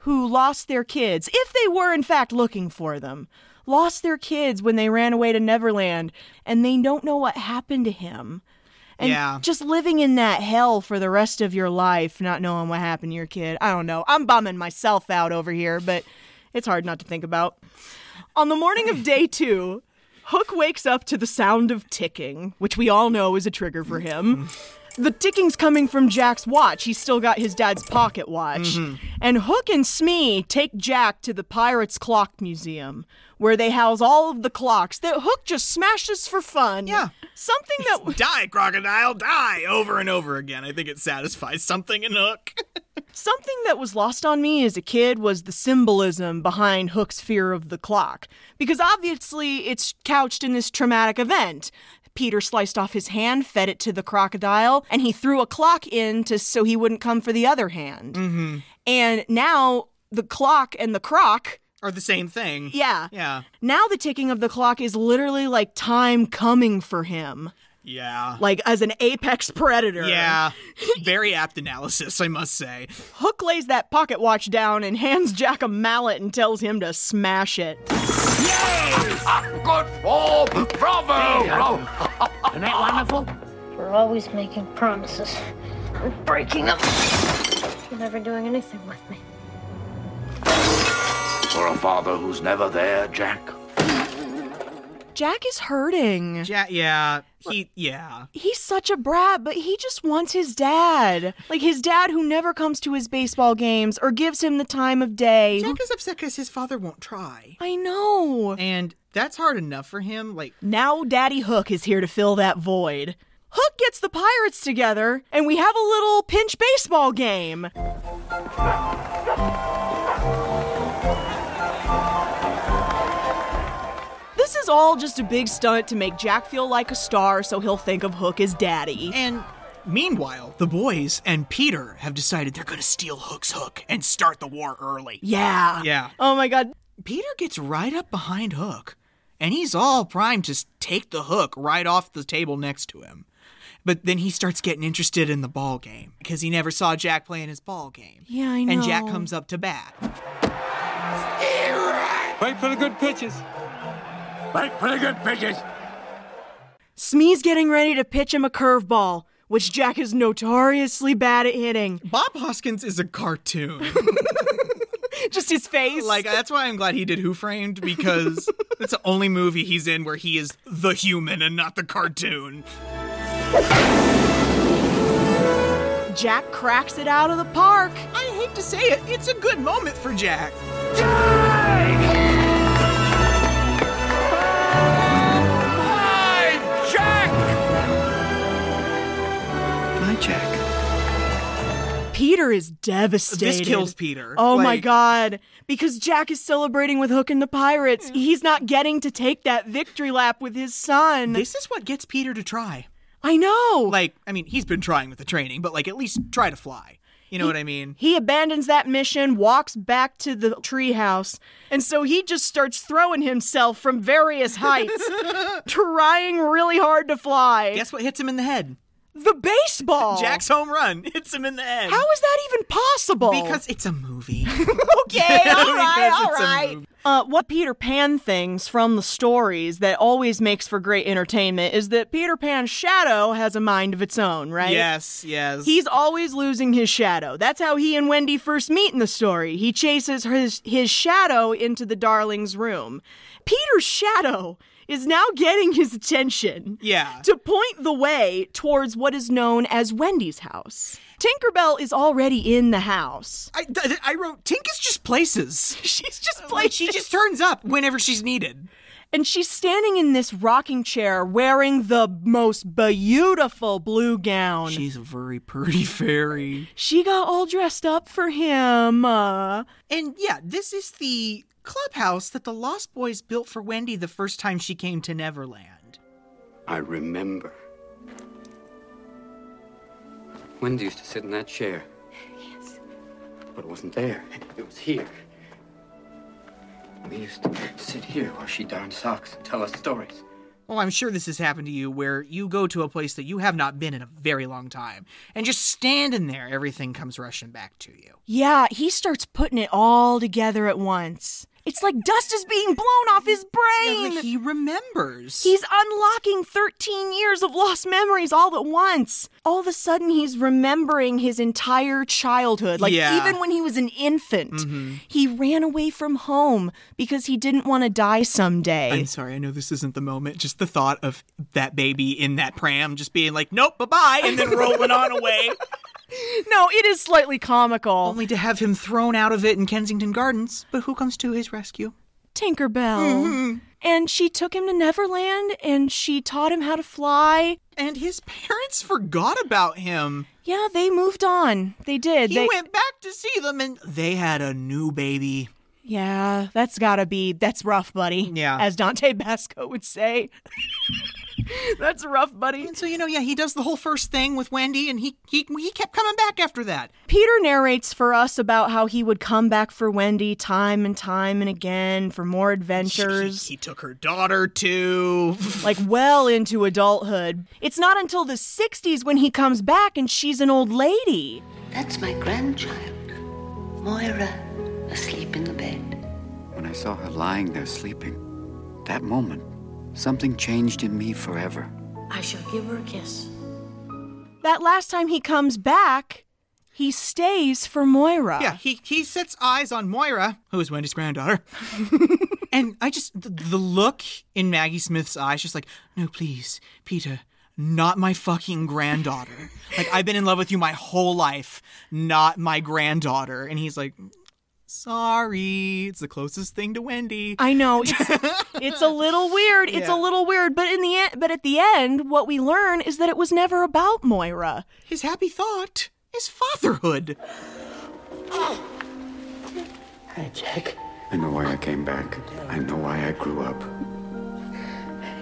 Speaker 2: who lost their kids, if they were in fact looking for them, lost their kids when they ran away to Neverland and they don't know what happened to him. And
Speaker 22: Yeah.
Speaker 2: just living in that hell for the rest of your life, not knowing what happened to your kid. I don't know. I'm bumming myself out over here, but it's hard not to think about. On the morning of day two, Hook wakes up to the sound of ticking, which we all know is a trigger for him. The ticking's coming from Jack's watch. He's still got his dad's pocket watch.
Speaker 22: Mhm.
Speaker 2: And Hook and Smee take Jack to the Pirates Clock Museum, where they house all of the clocks that Hook just smashes for fun. Yeah. Something that
Speaker 1: die, crocodile, die over and over again. I think it satisfies something in Hook.
Speaker 2: Something that was lost on me as a kid was the symbolism behind Hook's fear of the clock. Because obviously, it's couched in this traumatic event. Peter sliced off his hand, fed it to the crocodile, and he threw a clock in to, so he wouldn't come for the other hand.
Speaker 1: Mm-hmm.
Speaker 2: And now the clock and the croc.
Speaker 1: Are the same thing.
Speaker 2: Yeah.
Speaker 1: Yeah.
Speaker 2: Now the ticking of the clock is literally like time coming for him,
Speaker 1: Yeah.
Speaker 2: like as an apex predator.
Speaker 1: Yeah. Very apt analysis, I must say.
Speaker 2: Hook lays that pocket watch down and hands Jack a mallet and tells him to smash it.
Speaker 19: Good
Speaker 10: oh,
Speaker 19: ball! Bravo! Bravo!
Speaker 21: Isn't that wonderful? We're always making promises. We're breaking them. You're never doing anything with me.
Speaker 19: For a father who's never there, Jack.
Speaker 2: Jack is hurting.
Speaker 1: Jack, yeah. He, yeah.
Speaker 2: He's such a brat, but he just wants his dad. Like his dad who never comes to his baseball games or gives him the time of day.
Speaker 1: Jack is upset because his father won't try.
Speaker 2: I know.
Speaker 1: And that's hard enough for him. Like,
Speaker 2: Now Daddy Hook is here to fill that void. Hook gets the pirates together and we have a little pinch baseball game. This is all just a big stunt to make Jack feel like a star so he'll think of Hook as daddy.
Speaker 1: And meanwhile, the boys and Peter have decided they're going to steal Hook's hook and start the war early.
Speaker 2: Yeah.
Speaker 1: Yeah.
Speaker 2: Oh my god.
Speaker 1: Peter gets right up behind Hook, and he's all primed to s- take the hook right off the table next to him. But then he starts getting interested in the ball game because he never saw Jack playing his ball game.
Speaker 2: Yeah, I
Speaker 1: And Jack
Speaker 2: know.
Speaker 1: comes up to bat.
Speaker 23: Wait for the good pitches. Wait for the good pitches.
Speaker 2: Smee's getting ready to pitch him a curveball, which Jack is notoriously bad at hitting.
Speaker 1: Bob Hoskins is a cartoon.
Speaker 2: Just his face.
Speaker 1: Like, that's why I'm glad he did Who Framed because it's the only movie he's in where he is the human and not the cartoon.
Speaker 2: Jack cracks it out of the park.
Speaker 1: I hate to say it, it's a good moment for Jack.
Speaker 7: Hi, Jack.
Speaker 2: Peter is devastated.
Speaker 1: This kills Peter.
Speaker 2: Oh my
Speaker 1: Like-
Speaker 2: god. Because Jack is celebrating with Hook and the Pirates. He's not getting to take that victory lap with his son.
Speaker 1: This is what gets Peter to try.
Speaker 2: I know.
Speaker 1: Like, I mean, he's been trying with the training, but like at least try to fly. You know what I mean?
Speaker 2: He abandons that mission, walks back to the treehouse, and so he just starts throwing himself from various heights, trying really hard to fly.
Speaker 1: Guess what hits him in the head?
Speaker 2: The baseball.
Speaker 1: Jack's home run hits him in the head.
Speaker 2: Oh. How is that even possible?
Speaker 1: Because it's a movie.
Speaker 2: okay, all right,
Speaker 1: Because
Speaker 2: all
Speaker 1: it's a
Speaker 2: right. Uh, what Peter Pan things from the stories that always makes for great entertainment is that Peter Pan's shadow has a mind of its own, right?
Speaker 1: Yes, yes.
Speaker 2: He's always losing his shadow. That's how he and Wendy first meet in the story. He chases his, his shadow into the darling's room. Peter's shadow is now getting his attention
Speaker 1: yeah.
Speaker 2: to point the way towards what is known as Wendy's house. Tinkerbell is already in the house.
Speaker 1: I, th- th- I wrote Tink is just places.
Speaker 2: She's just
Speaker 1: Like she just turns up whenever she's needed.
Speaker 2: And she's standing in this rocking chair wearing the most beautiful blue gown.
Speaker 1: She's a very pretty fairy.
Speaker 2: she got all dressed up for him. Uh,
Speaker 1: And yeah, this is the clubhouse that the Lost Boys built for Wendy the first time she came to Neverland.
Speaker 7: I remember. Wendy used to sit in that chair. Yes. But it wasn't there. It was here. We used to sit here while she darned socks and tell us stories.
Speaker 1: Well, I'm sure this has happened to you where you go to a place that you have not been in a very long time and just standing there, everything comes rushing back to you.
Speaker 2: Yeah, he starts putting it all together at once. It's like dust is being blown off his brain.
Speaker 1: Yeah, he remembers.
Speaker 2: He's unlocking 13 years of lost memories all at once. All of a sudden, he's remembering his entire childhood. Like,
Speaker 1: Yeah.
Speaker 2: even when he was an infant,
Speaker 1: Mhm.
Speaker 2: he ran away from home because he didn't want to die someday.
Speaker 1: I'm sorry, I know this isn't the moment. Just the thought of that baby in that pram just being like, nope, bye bye, and then rolling on away.
Speaker 2: No, it is slightly comical.
Speaker 1: Only to have him thrown out of it in Kensington Gardens. But who comes to his rescue?
Speaker 2: Tinkerbell. Mm-hmm.
Speaker 1: Mhm.
Speaker 2: And she took him to Neverland and she taught him how to fly.
Speaker 1: And his parents forgot about him.
Speaker 2: Yeah, they moved on. They did.
Speaker 1: He
Speaker 2: they
Speaker 1: went back to see them and they had a new baby.
Speaker 2: Yeah, that's gotta be that's rough, buddy.
Speaker 1: Yeah.
Speaker 2: As Dante Basco would say. That's rough, buddy.
Speaker 1: And so you know, yeah, he does the whole first thing with Wendy, and he he he kept coming back after that.
Speaker 2: Peter narrates for us about how he would come back for Wendy time and time and again for more adventures.
Speaker 1: He took her daughter too.
Speaker 2: like well into adulthood. It's not until the 60s when he comes back and she's an old lady.
Speaker 5: That's my grandchild, Moira, asleep in the bed.
Speaker 7: When I saw her lying there sleeping, that moment, something changed in me forever.
Speaker 24: I shall give her a kiss.
Speaker 2: That last time he comes back, he stays for Moira.
Speaker 1: Yeah, he he sets eyes on Moira, who is Wendy's granddaughter, and I just the, the look in Maggie Smith's eyes, just like, no, please, Peter, not my fucking granddaughter. like I've been in love with you my whole life, not my granddaughter. And he's like, sorry, it's the closest thing to Wendy.
Speaker 2: I know it's, it's a little weird. It's
Speaker 1: Yeah.
Speaker 2: a little weird, but in the end, but at the end, what we learn is that it was never about Moira.
Speaker 1: His happy thought is fatherhood.
Speaker 7: Hey, Jack. I know why I came back. I know why I grew up.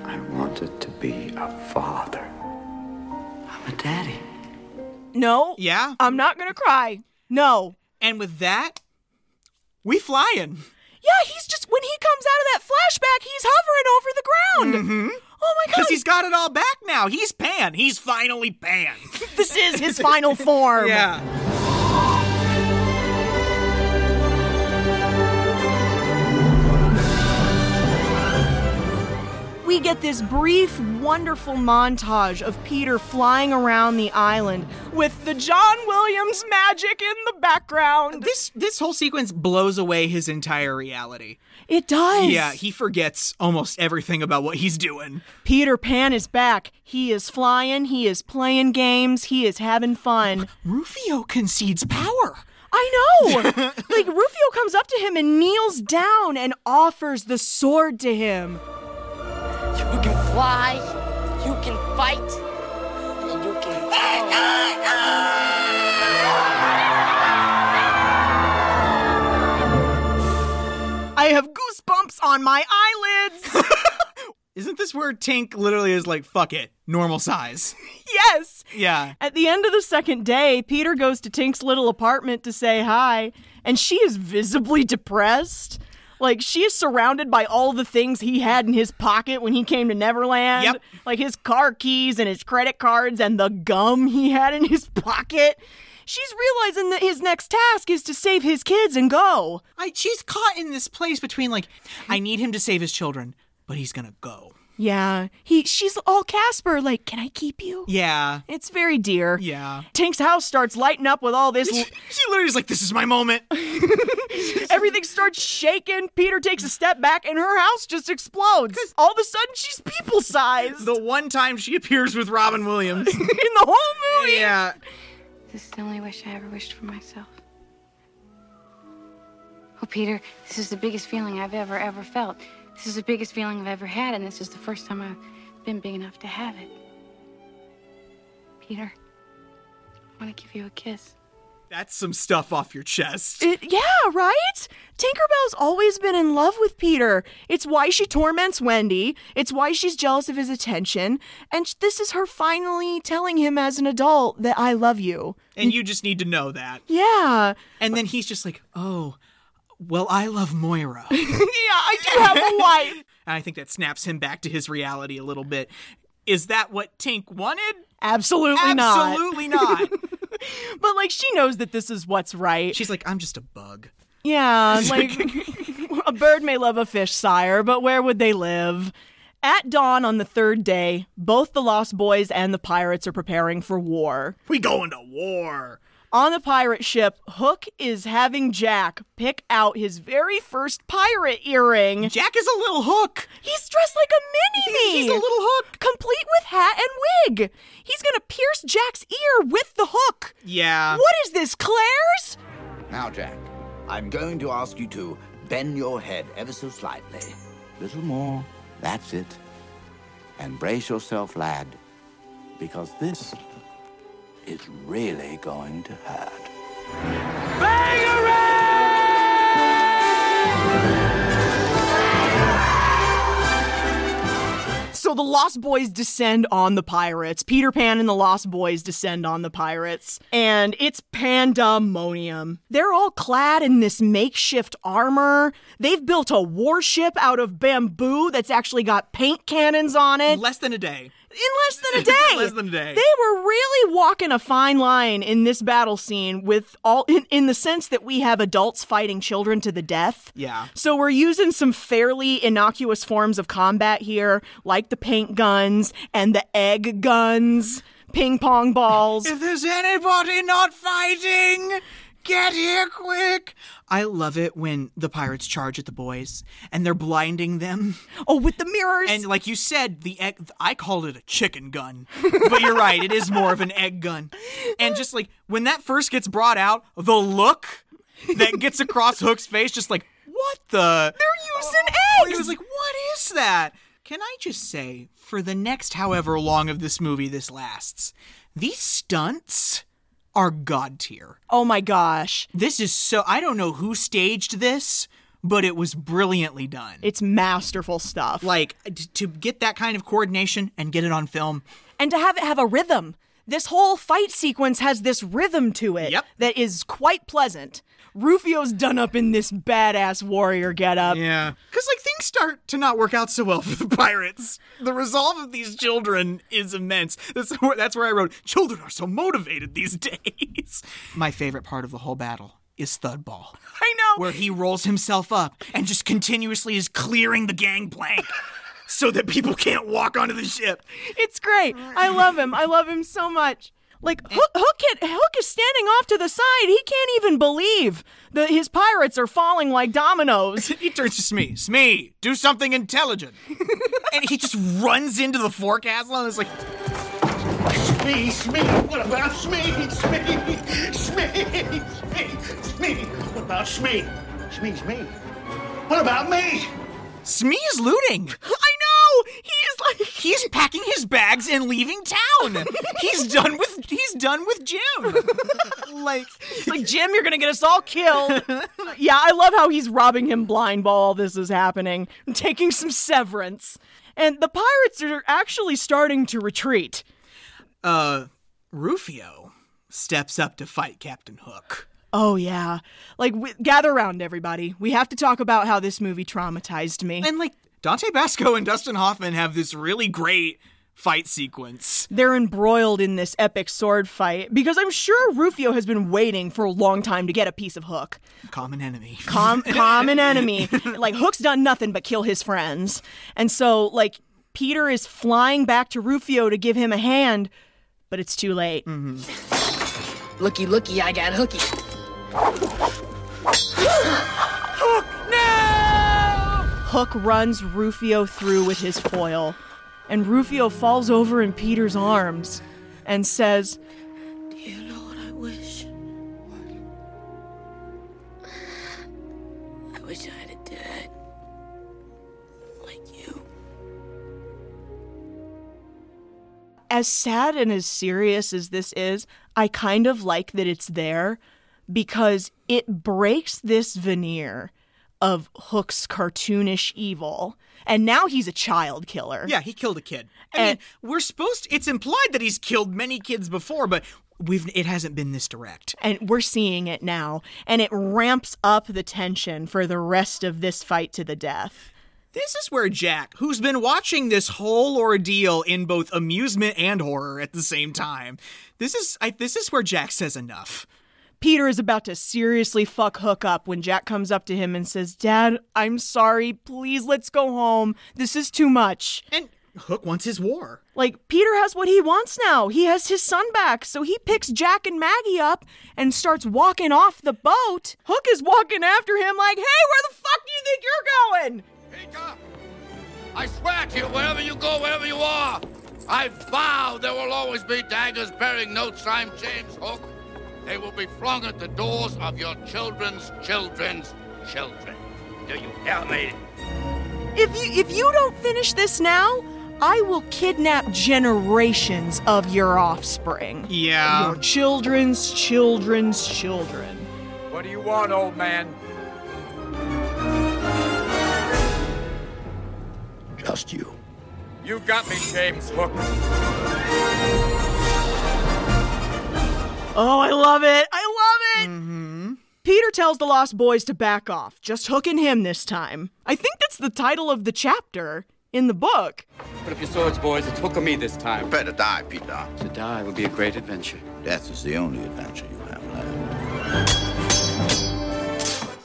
Speaker 7: I wanted to be a father. I'm a daddy.
Speaker 2: No.
Speaker 1: Yeah.
Speaker 2: I'm not gonna cry. No.
Speaker 1: And with that, we flying.
Speaker 2: Yeah, he's just when he comes out of that flashback, he's hovering over the ground. Oh my god!
Speaker 1: Because Mm-hmm. he's got it all back now. He's Pan. He's finally Pan.
Speaker 2: this is his final form.
Speaker 1: Yeah.
Speaker 2: We get this brief, wonderful montage of Peter flying around the island with the John Williams magic in the background.
Speaker 1: This this whole sequence blows away his entire reality.
Speaker 2: It does.
Speaker 1: Yeah, he forgets almost everything about what he's doing.
Speaker 2: Peter Pan is back. He is flying. He is playing games. He is having fun.
Speaker 1: Rufio concedes power.
Speaker 2: I know. like Rufio comes up to him and kneels down and offers the sword to him.
Speaker 25: You can fly, you can fight, and you can.
Speaker 2: I have goosebumps on my eyelids.
Speaker 1: Isn't this where Tink literally is like, fuck it, normal size?
Speaker 2: yes.
Speaker 1: Yeah.
Speaker 2: At the end of the second day, Peter goes to Tink's little apartment to say hi, and she is visibly depressed. Like, she is surrounded by all the things he had in his pocket when he came to Neverland.
Speaker 1: Yep.
Speaker 2: Like his car keys and his credit cards and the gum he had in his pocket. She's realizing that his next task is to save his kids and go.
Speaker 1: I, she's caught in this place between like, I need him to save his children, but he's gonna go.
Speaker 2: Yeah. He she's all Casper, like, can I keep you?
Speaker 1: Yeah.
Speaker 2: It's very dear.
Speaker 1: Yeah.
Speaker 2: Tink's house starts lighting up with all this l-
Speaker 1: She literally is like, this is my moment.
Speaker 2: Everything starts shaking. Peter takes a step back, and her house just explodes. All of a sudden, she's people sized
Speaker 1: the one time she appears with Robin Williams.
Speaker 2: in the whole movie.
Speaker 1: yeah.
Speaker 11: This is the only wish I ever wished for myself. Oh, Peter, this is the biggest feeling I've ever, ever felt. This is the biggest feeling I've ever had, and this is the first time I've been big enough to have it. Peter, I want to give you a kiss.
Speaker 1: That's some stuff off your chest.
Speaker 2: It- yeah, right? Tinkerbell's always been in love with Peter. It's why she torments Wendy. It's why she's jealous of his attention. And sh- this is her finally telling him as an adult that I love you.
Speaker 1: And you just need to know that.
Speaker 2: Yeah.
Speaker 1: And then he's just like, oh, well, I love Moira.
Speaker 2: yeah, I do have a wife.
Speaker 1: And I think that snaps him back to his reality a little bit. Is that what Tink wanted?
Speaker 2: Absolutely not.
Speaker 1: Absolutely not.
Speaker 2: but like she knows that this is what's right.
Speaker 1: She's like, I'm just a bug.
Speaker 2: Yeah, like a bird may love a fish, sire, but where would they live? At dawn on the third day, both the Lost Boys and the pirates are preparing for war.
Speaker 1: We going to war.
Speaker 2: On the pirate ship, Hook is having Jack pick out his very first pirate earring.
Speaker 1: Jack is a little hook.
Speaker 2: He's dressed like a mini
Speaker 1: me. He's a little hook,
Speaker 2: complete with hat and wig. He's gonna pierce Jack's ear with the hook.
Speaker 1: Yeah.
Speaker 2: What is this, Claire's?
Speaker 26: Now, Jack, I'm going to ask you to bend your head ever so slightly. Little more. That's it. And brace yourself, lad, because this is really going to hurt.
Speaker 10: Bangarang!
Speaker 2: So the Lost Boys descend on the pirates. Peter Pan and the Lost Boys descend on the pirates. And it's pandemonium. They're all clad in this makeshift armor. They've built a warship out of bamboo that's actually got paint cannons on it.
Speaker 1: Less than a day.
Speaker 2: In less than a day.
Speaker 1: less than a day.
Speaker 2: They were really walking a fine line in this battle scene with all in, in the sense that we have adults fighting children to the death.
Speaker 1: Yeah.
Speaker 2: So we're using some fairly innocuous forms of combat here, like the paint guns and the egg guns, ping pong balls.
Speaker 1: If there's anybody not fighting, get here quick. I love it when the pirates charge at the boys and they're blinding them.
Speaker 2: Oh, with the mirrors.
Speaker 1: And like you said, the egg, I called it a chicken gun, but you're right, it is more of an egg gun. And just like when that first gets brought out, the look that gets across Hook's face, just like, what the?
Speaker 2: They're using
Speaker 1: Oh,
Speaker 2: eggs.
Speaker 1: He was like, what is that? Can I just say, for the next however long of this movie this lasts, these stunts are god tier.
Speaker 2: Oh my gosh.
Speaker 1: This is so, I don't know who staged this, but it was brilliantly done.
Speaker 2: It's masterful stuff.
Speaker 1: Like, t- to get that kind of coordination and get it on film.
Speaker 2: And to have it have a rhythm. This whole fight sequence has this rhythm to it
Speaker 1: Yep.
Speaker 2: that is quite pleasant. Rufio's done up in this badass warrior getup.
Speaker 1: Yeah. Because, like, things start to not work out so well for the pirates. The resolve of these children is immense. That's where, that's where I wrote, children are so motivated these days. My favorite part of the whole battle is Thudball.
Speaker 2: I know.
Speaker 1: Where he rolls himself up and just continuously is clearing the gangplank so that people can't walk onto the ship.
Speaker 2: It's great. I love him. I love him so much. Like Hook, Hook, can, Hook is standing off to the side. He can't even believe that his pirates are falling like dominoes.
Speaker 1: he turns to Smee. Smee, do something intelligent. and he just runs into the forecastle and is like,
Speaker 27: Smee, Smee, what about Smee? Smee, Smee, Smee, Smee, what about Smee? Smee, Smee, what about me?
Speaker 1: Smee is looting.
Speaker 2: I know. He is like
Speaker 1: He's packing his bags and leaving town. he's done with he's done with Jim. like
Speaker 2: It's like Jim, you're gonna get us all killed. yeah, I love how he's robbing him blind while all this is happening, taking some severance. And the pirates are actually starting to retreat.
Speaker 1: uh Rufio steps up to fight Captain Hook.
Speaker 2: Oh yeah, like w gather around everybody. We have to talk about how this movie traumatized me.
Speaker 1: And like Dante Basco and Dustin Hoffman have this really great fight sequence.
Speaker 2: they're embroiled in this epic sword fight because I'm sure Rufio has been waiting for a long time to get a piece of Hook.
Speaker 1: Common enemy.
Speaker 2: Com- common enemy. Like Hook's done nothing but kill his friends. And so like Peter is flying back to Rufio to give him a hand, but it's too late.
Speaker 20: Mm-hmm. Looky, looky, I got hooky.
Speaker 2: Hook runs Rufio through with his foil, and Rufio falls over in Peter's arms and says,
Speaker 20: Dear Lord, I wish. I wish I had a dad. Like you.
Speaker 2: as sad and as serious as this is, I kind of like that it's there because it breaks this veneer of Hook's cartoonish evil. And now he's a child killer.
Speaker 1: Yeah, he killed a kid. I
Speaker 2: And-
Speaker 1: mean, we're supposed it's implied that he's killed many kids before, but we've it hasn't been this direct.
Speaker 2: And we're seeing it now. And it ramps up the tension for the rest of this fight to the death.
Speaker 1: This is where Jack, who's been watching this whole ordeal in both amusement and horror at the same time, this is I, this is where Jack says enough.
Speaker 2: Peter is about to seriously fuck Hook up when Jack comes up to him and says, Dad, I'm sorry. Please let's go home. This is too much.
Speaker 1: And Hook wants his war.
Speaker 2: Like, Peter has what he wants now. He has his son back. So he picks Jack and Maggie up and starts walking off the boat. Hook is walking after him, like, hey, where the fuck do you think you're going?
Speaker 19: I swear to you, wherever you go, wherever you are, I vow there will always be daggers bearing notes signed James Hook. They will be flung at the doors of your children's children's children. Do you hear me?
Speaker 2: If you if you don't finish this now, I will kidnap generations of your offspring.
Speaker 1: Yeah.
Speaker 2: Your children's children's children.
Speaker 10: What do you want, old man?
Speaker 19: Just you.
Speaker 10: You got me, James Hook.
Speaker 2: Oh, I love it. I love it. Peter tells the Lost Boys to back off, just hooking him this time. I think that's the title of the chapter in the book.
Speaker 23: Put up your swords, boys. It's hook of me this time.
Speaker 19: better die, Peter.
Speaker 23: To die would be a great adventure.
Speaker 26: Death is the only adventure you have left.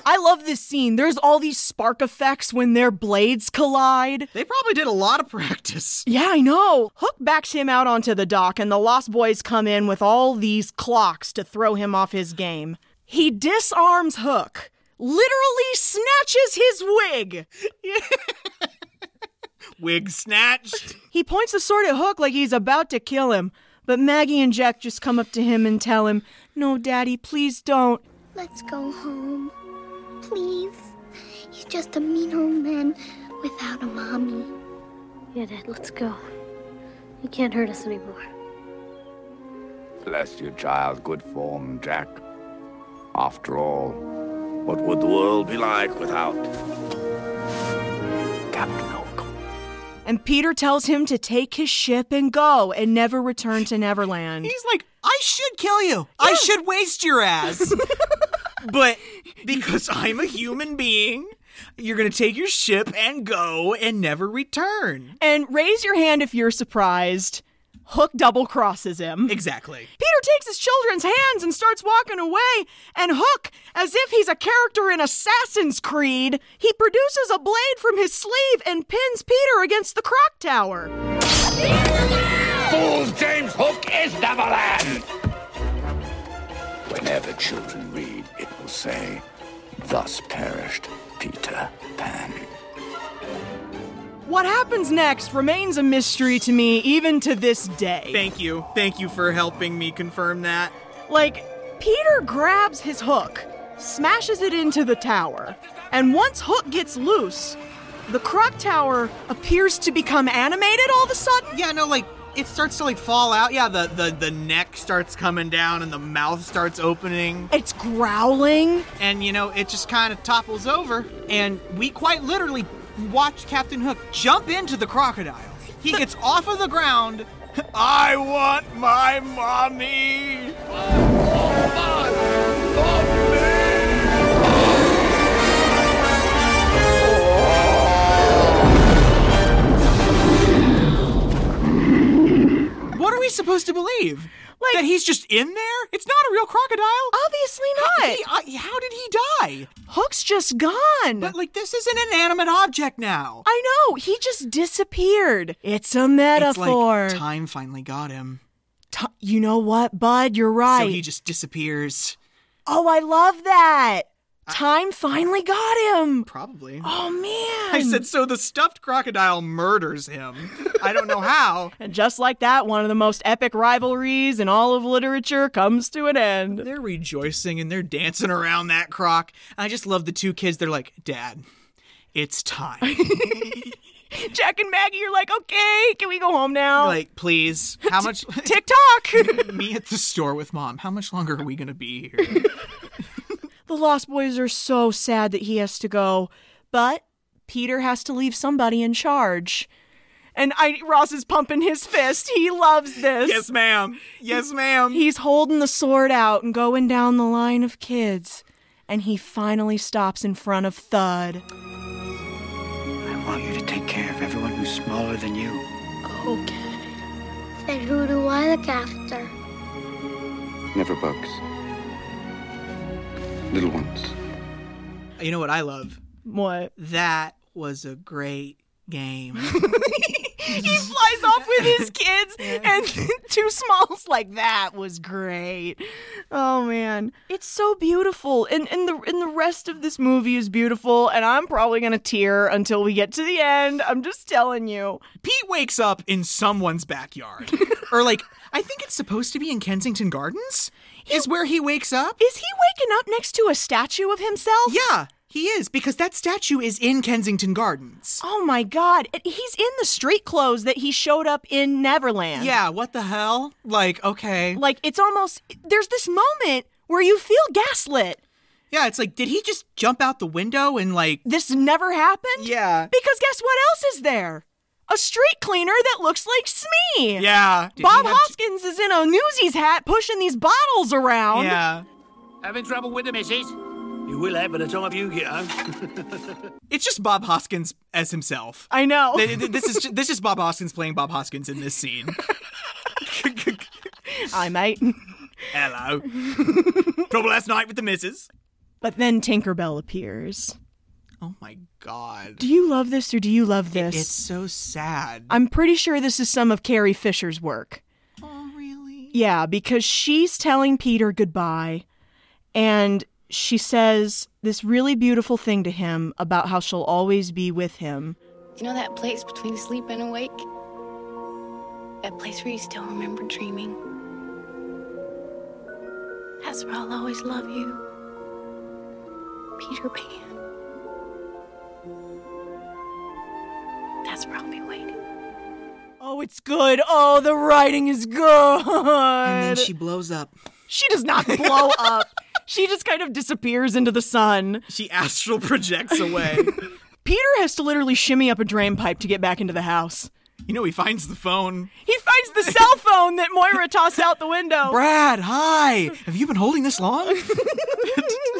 Speaker 2: I love this scene. There's all these spark effects when their blades collide.
Speaker 1: They probably did a lot of practice.
Speaker 2: Yeah, I know. Hook backs him out onto the dock, and the Lost Boys come in with all these clocks to throw him off his game. He disarms Hook, literally snatches his wig.
Speaker 1: Wig snatched.
Speaker 2: He points the sword at Hook like he's about to kill him, but Maggie and Jack just come up to him and tell him, No, Daddy, please don't.
Speaker 13: Let's go home. Please. He's just a mean old man without a mommy.
Speaker 21: Yeah, Dad, let's go. He can't hurt us anymore.
Speaker 19: Bless you, child. Good form, Jack. After all, what would the world be like without Captain Hook?
Speaker 2: And Peter tells him to take his ship and go and never return to Neverland.
Speaker 1: He's like, I should kill you. I should waste your ass. but because I'm a human being, you're going to take your ship and go and never return.
Speaker 2: and raise your hand if you're surprised. Hook double crosses him.
Speaker 1: Exactly.
Speaker 2: Peter takes his children's hands and starts walking away, and Hook, as if he's a character in Assassin's Creed, he produces a blade from his sleeve and pins Peter against the croc tower.
Speaker 19: Fool's James Hook is Neverland! Whenever children read, it will say, Thus perished Peter Pan.
Speaker 2: What happens next remains a mystery to me even to this day.
Speaker 1: Thank you. Thank you for helping me confirm that.
Speaker 2: Like, Peter grabs his hook, smashes it into the tower, and once Hook gets loose, the Croc Tower appears to become animated all of a sudden.
Speaker 1: Yeah, no, like it starts to like fall out. Yeah, the the the neck starts coming down and the mouth starts opening.
Speaker 2: It's growling.
Speaker 1: And you know, it just kind of topples over and we quite literally watch Captain Hook jump into the crocodile. He gets off of the ground. I want my mommy. What are we supposed to believe?
Speaker 2: Like-
Speaker 1: that he's just in there? It's not a real crocodile.
Speaker 2: Obviously not.
Speaker 1: He- I- how did he die?
Speaker 2: Hook's just gone.
Speaker 1: But like this isn't an animate object now.
Speaker 2: I know, he just disappeared. It's a metaphor.
Speaker 1: It's like time finally got him.
Speaker 2: Ti- you know what, bud? You're right.
Speaker 1: So he just disappears.
Speaker 2: oh, I love that. Time finally got him.
Speaker 1: Probably.
Speaker 2: Oh, man.
Speaker 1: I said so the stuffed crocodile murders him. I don't know how.
Speaker 2: And just like that, one of the most epic rivalries in all of literature comes to an end.
Speaker 1: They're rejoicing and they're dancing around that croc. I just love the two kids. They're like, "Dad, it's time."
Speaker 2: Jack and Maggie are like, okay, can we go home now?
Speaker 1: like, please. How much
Speaker 2: TikTok!
Speaker 1: me at the store with mom. How much longer are we going to be here?
Speaker 2: the Lost Boys are so sad that he has to go, but Peter has to leave somebody in charge. And I, Ross is pumping his fist. He loves this.
Speaker 1: yes, ma'am. Yes, ma'am.
Speaker 2: He's holding the sword out and going down the line of kids. And he finally stops in front of Thud.
Speaker 28: I want you to take care of everyone who's smaller than you.
Speaker 21: Okay.
Speaker 13: Then who do I look after?
Speaker 7: Never bugs. Little ones.
Speaker 1: You know what I love?
Speaker 2: What?
Speaker 1: That was a great game.
Speaker 2: he flies off with his kids and two smalls like that was great oh man it's so beautiful and and the and the rest of this movie is beautiful and i'm probably gonna tear until we get to the end i'm just telling you
Speaker 1: Pete wakes up in someone's backyard. or like I think it's supposed to be in Kensington Gardens is where he wakes up.
Speaker 2: Is he waking up next to a statue of himself?
Speaker 1: Yeah, he is because that statue is in Kensington Gardens.
Speaker 2: oh my god And he's in the street clothes that he showed up in neverland
Speaker 1: Yeah, what the hell? Like, okay.
Speaker 2: like it's almost there's this moment where you feel gaslit
Speaker 1: yeah, it's like did he just jump out the window and like
Speaker 2: this never happened
Speaker 1: Yeah.
Speaker 2: because guess what else is there a street cleaner that looks like Smee.
Speaker 1: Yeah. Did
Speaker 2: Bob
Speaker 1: he have-
Speaker 2: Hoskins is in a Newsies hat pushing these bottles around.
Speaker 27: Having trouble with the missus? You will have by the time you get home.
Speaker 1: It's just Bob Hoskins as himself.
Speaker 2: I know.
Speaker 1: Th- th- this is ju- this is Bob Hoskins playing Bob Hoskins in this scene.
Speaker 2: I might.
Speaker 1: Hello. Trouble last night with the missus.
Speaker 2: But then Tinkerbell appears.
Speaker 1: Oh my god.
Speaker 2: Do you love this or do you love this?
Speaker 1: It's so sad.
Speaker 2: I'm pretty sure this is some of Carrie Fisher's work. Oh, really? Yeah, because she's telling Peter goodbye and she says this really beautiful thing to him about how she'll always be with him.
Speaker 11: You know that place between sleep and awake? That place where you still remember dreaming? That's where I'll always love you. Peter Pan. That's where I'll be waiting.
Speaker 2: Oh, it's good. Oh, the writing is good. And
Speaker 1: then she blows up.
Speaker 2: She does not blow up. She just kind of disappears into the sun.
Speaker 1: She astral projects away.
Speaker 2: Peter has to literally shimmy up a drain pipe to get back into the house.
Speaker 1: you know, he finds the phone.
Speaker 2: He finds the cell phone that Moira tossed out the window.
Speaker 1: Brad, hi. Have you been holding this long?
Speaker 2: He's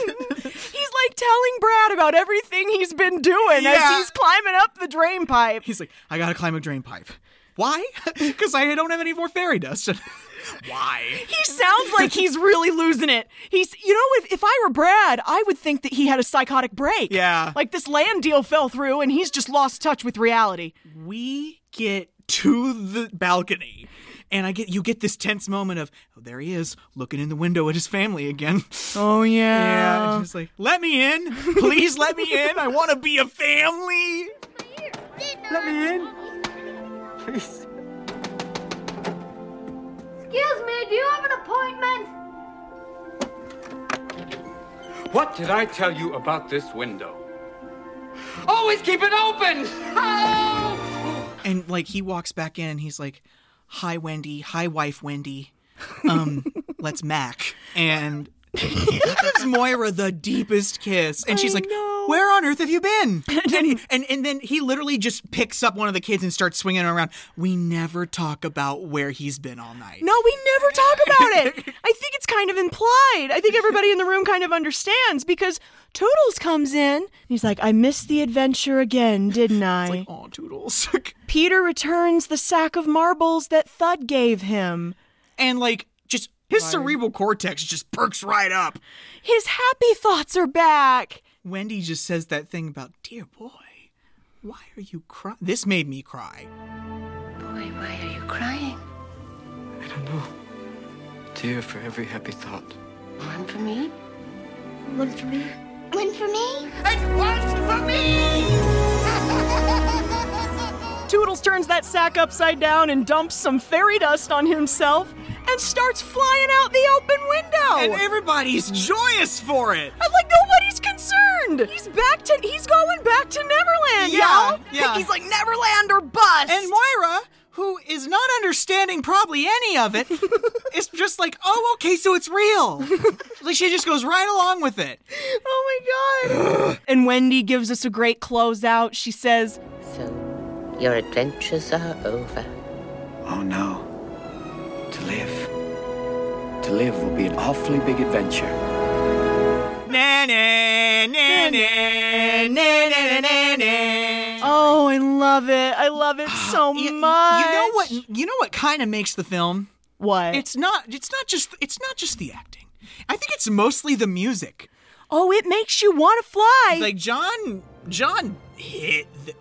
Speaker 2: like telling Brad about everything he's been doing as
Speaker 1: Yeah.
Speaker 2: he's climbing up the drain pipe.
Speaker 1: He's like, I gotta climb a drain pipe. Why? Because I don't have any more fairy dust. Why?
Speaker 2: He sounds like he's really losing it. He's, you know, if, if I were Brad, I would think that he had a psychotic break.
Speaker 1: Yeah.
Speaker 2: Like this land deal fell through and he's just lost touch with reality.
Speaker 1: We get to the balcony. And I get you get this tense moment of oh there he is looking in the window at his family again.
Speaker 2: Oh
Speaker 1: Yeah, and she's like, "Let me in, please let me in. I want to be a family."
Speaker 28: Let me in. Please.
Speaker 12: Excuse me, do you have an appointment?
Speaker 10: What did I tell you about this window? Always keep it open!
Speaker 1: And like he walks back in, he's like, "Hi, Wendy. Hi, wife, Wendy. Um, let's mac." And he gives Moira the deepest kiss, and she's like, "Where on earth have you been?" and, and and then he literally just picks up one of the kids and starts swinging around. We never talk about where he's been all night.
Speaker 2: No, we never talk about it. I think it's kind of implied. I think everybody in the room kind of understands because Toodles comes in. He's like, I missed the adventure again, didn't I?
Speaker 1: oh, Toodles.
Speaker 2: Peter returns the sack of marbles that Thud gave him.
Speaker 1: And, like, just his cerebral cortex just perks right up.
Speaker 2: His happy thoughts are back.
Speaker 1: Wendy just says that thing about, "Dear boy, why are you crying?" This made me cry.
Speaker 5: Boy, why are you crying?
Speaker 23: I don't know. Tear for every happy thought.
Speaker 5: One for me?
Speaker 13: One for me. One for me.
Speaker 12: And one for me!
Speaker 2: Toodles turns that sack upside down and dumps some fairy dust on himself and starts flying out the open window.
Speaker 1: And everybody's joyous for it.
Speaker 2: I'm like, nobody's concerned. He's back to, he's going back to Neverland,
Speaker 1: Yeah,
Speaker 2: y'all.
Speaker 1: yeah.
Speaker 2: He's like, Neverland or bust.
Speaker 1: And Moira, who is not understanding probably any of it, is just like, oh, okay, so it's real. like she just goes right along with it.
Speaker 2: oh my god. and Wendy gives us a great closeout. She says,
Speaker 5: Your adventures are over.
Speaker 28: Oh no. To live. To live will be an awfully big adventure.
Speaker 1: Na na na na na na na na na.
Speaker 2: "Oh, I love it. I love it so much.
Speaker 1: You know what? You know what kind of makes the film?
Speaker 2: What?
Speaker 1: It's not. It's not just. It's not just the acting. I think it's mostly the music.
Speaker 2: Oh, it makes you want to fly.
Speaker 1: Like John. John hit. The,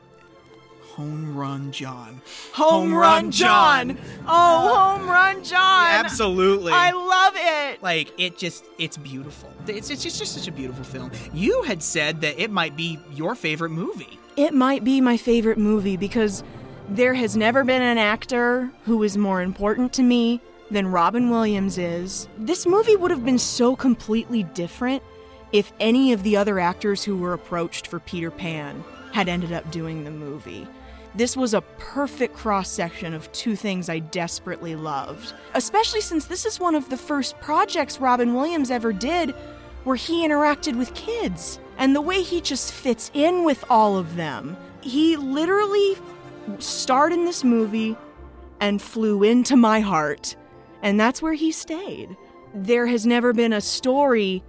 Speaker 1: Home Run John.
Speaker 2: Home, Run, John. Oh, Home Run John.
Speaker 1: Absolutely.
Speaker 2: I love it.
Speaker 1: Like it just it's beautiful. It's it's just, it's just such a beautiful film. You had said that it might be your favorite movie.
Speaker 2: It might be my favorite movie because there has never been an actor who is more important to me than Robin Williams is. This movie would have been so completely different if any of the other actors who were approached for Peter Pan had ended up doing the movie. This was a perfect cross section of two things I desperately loved, especially since this is one of the first projects Robin Williams ever did where he interacted with kids. And the way he just fits in with all of them. He literally starred in this movie and flew into my heart, and that's where he stayed. There has never been a story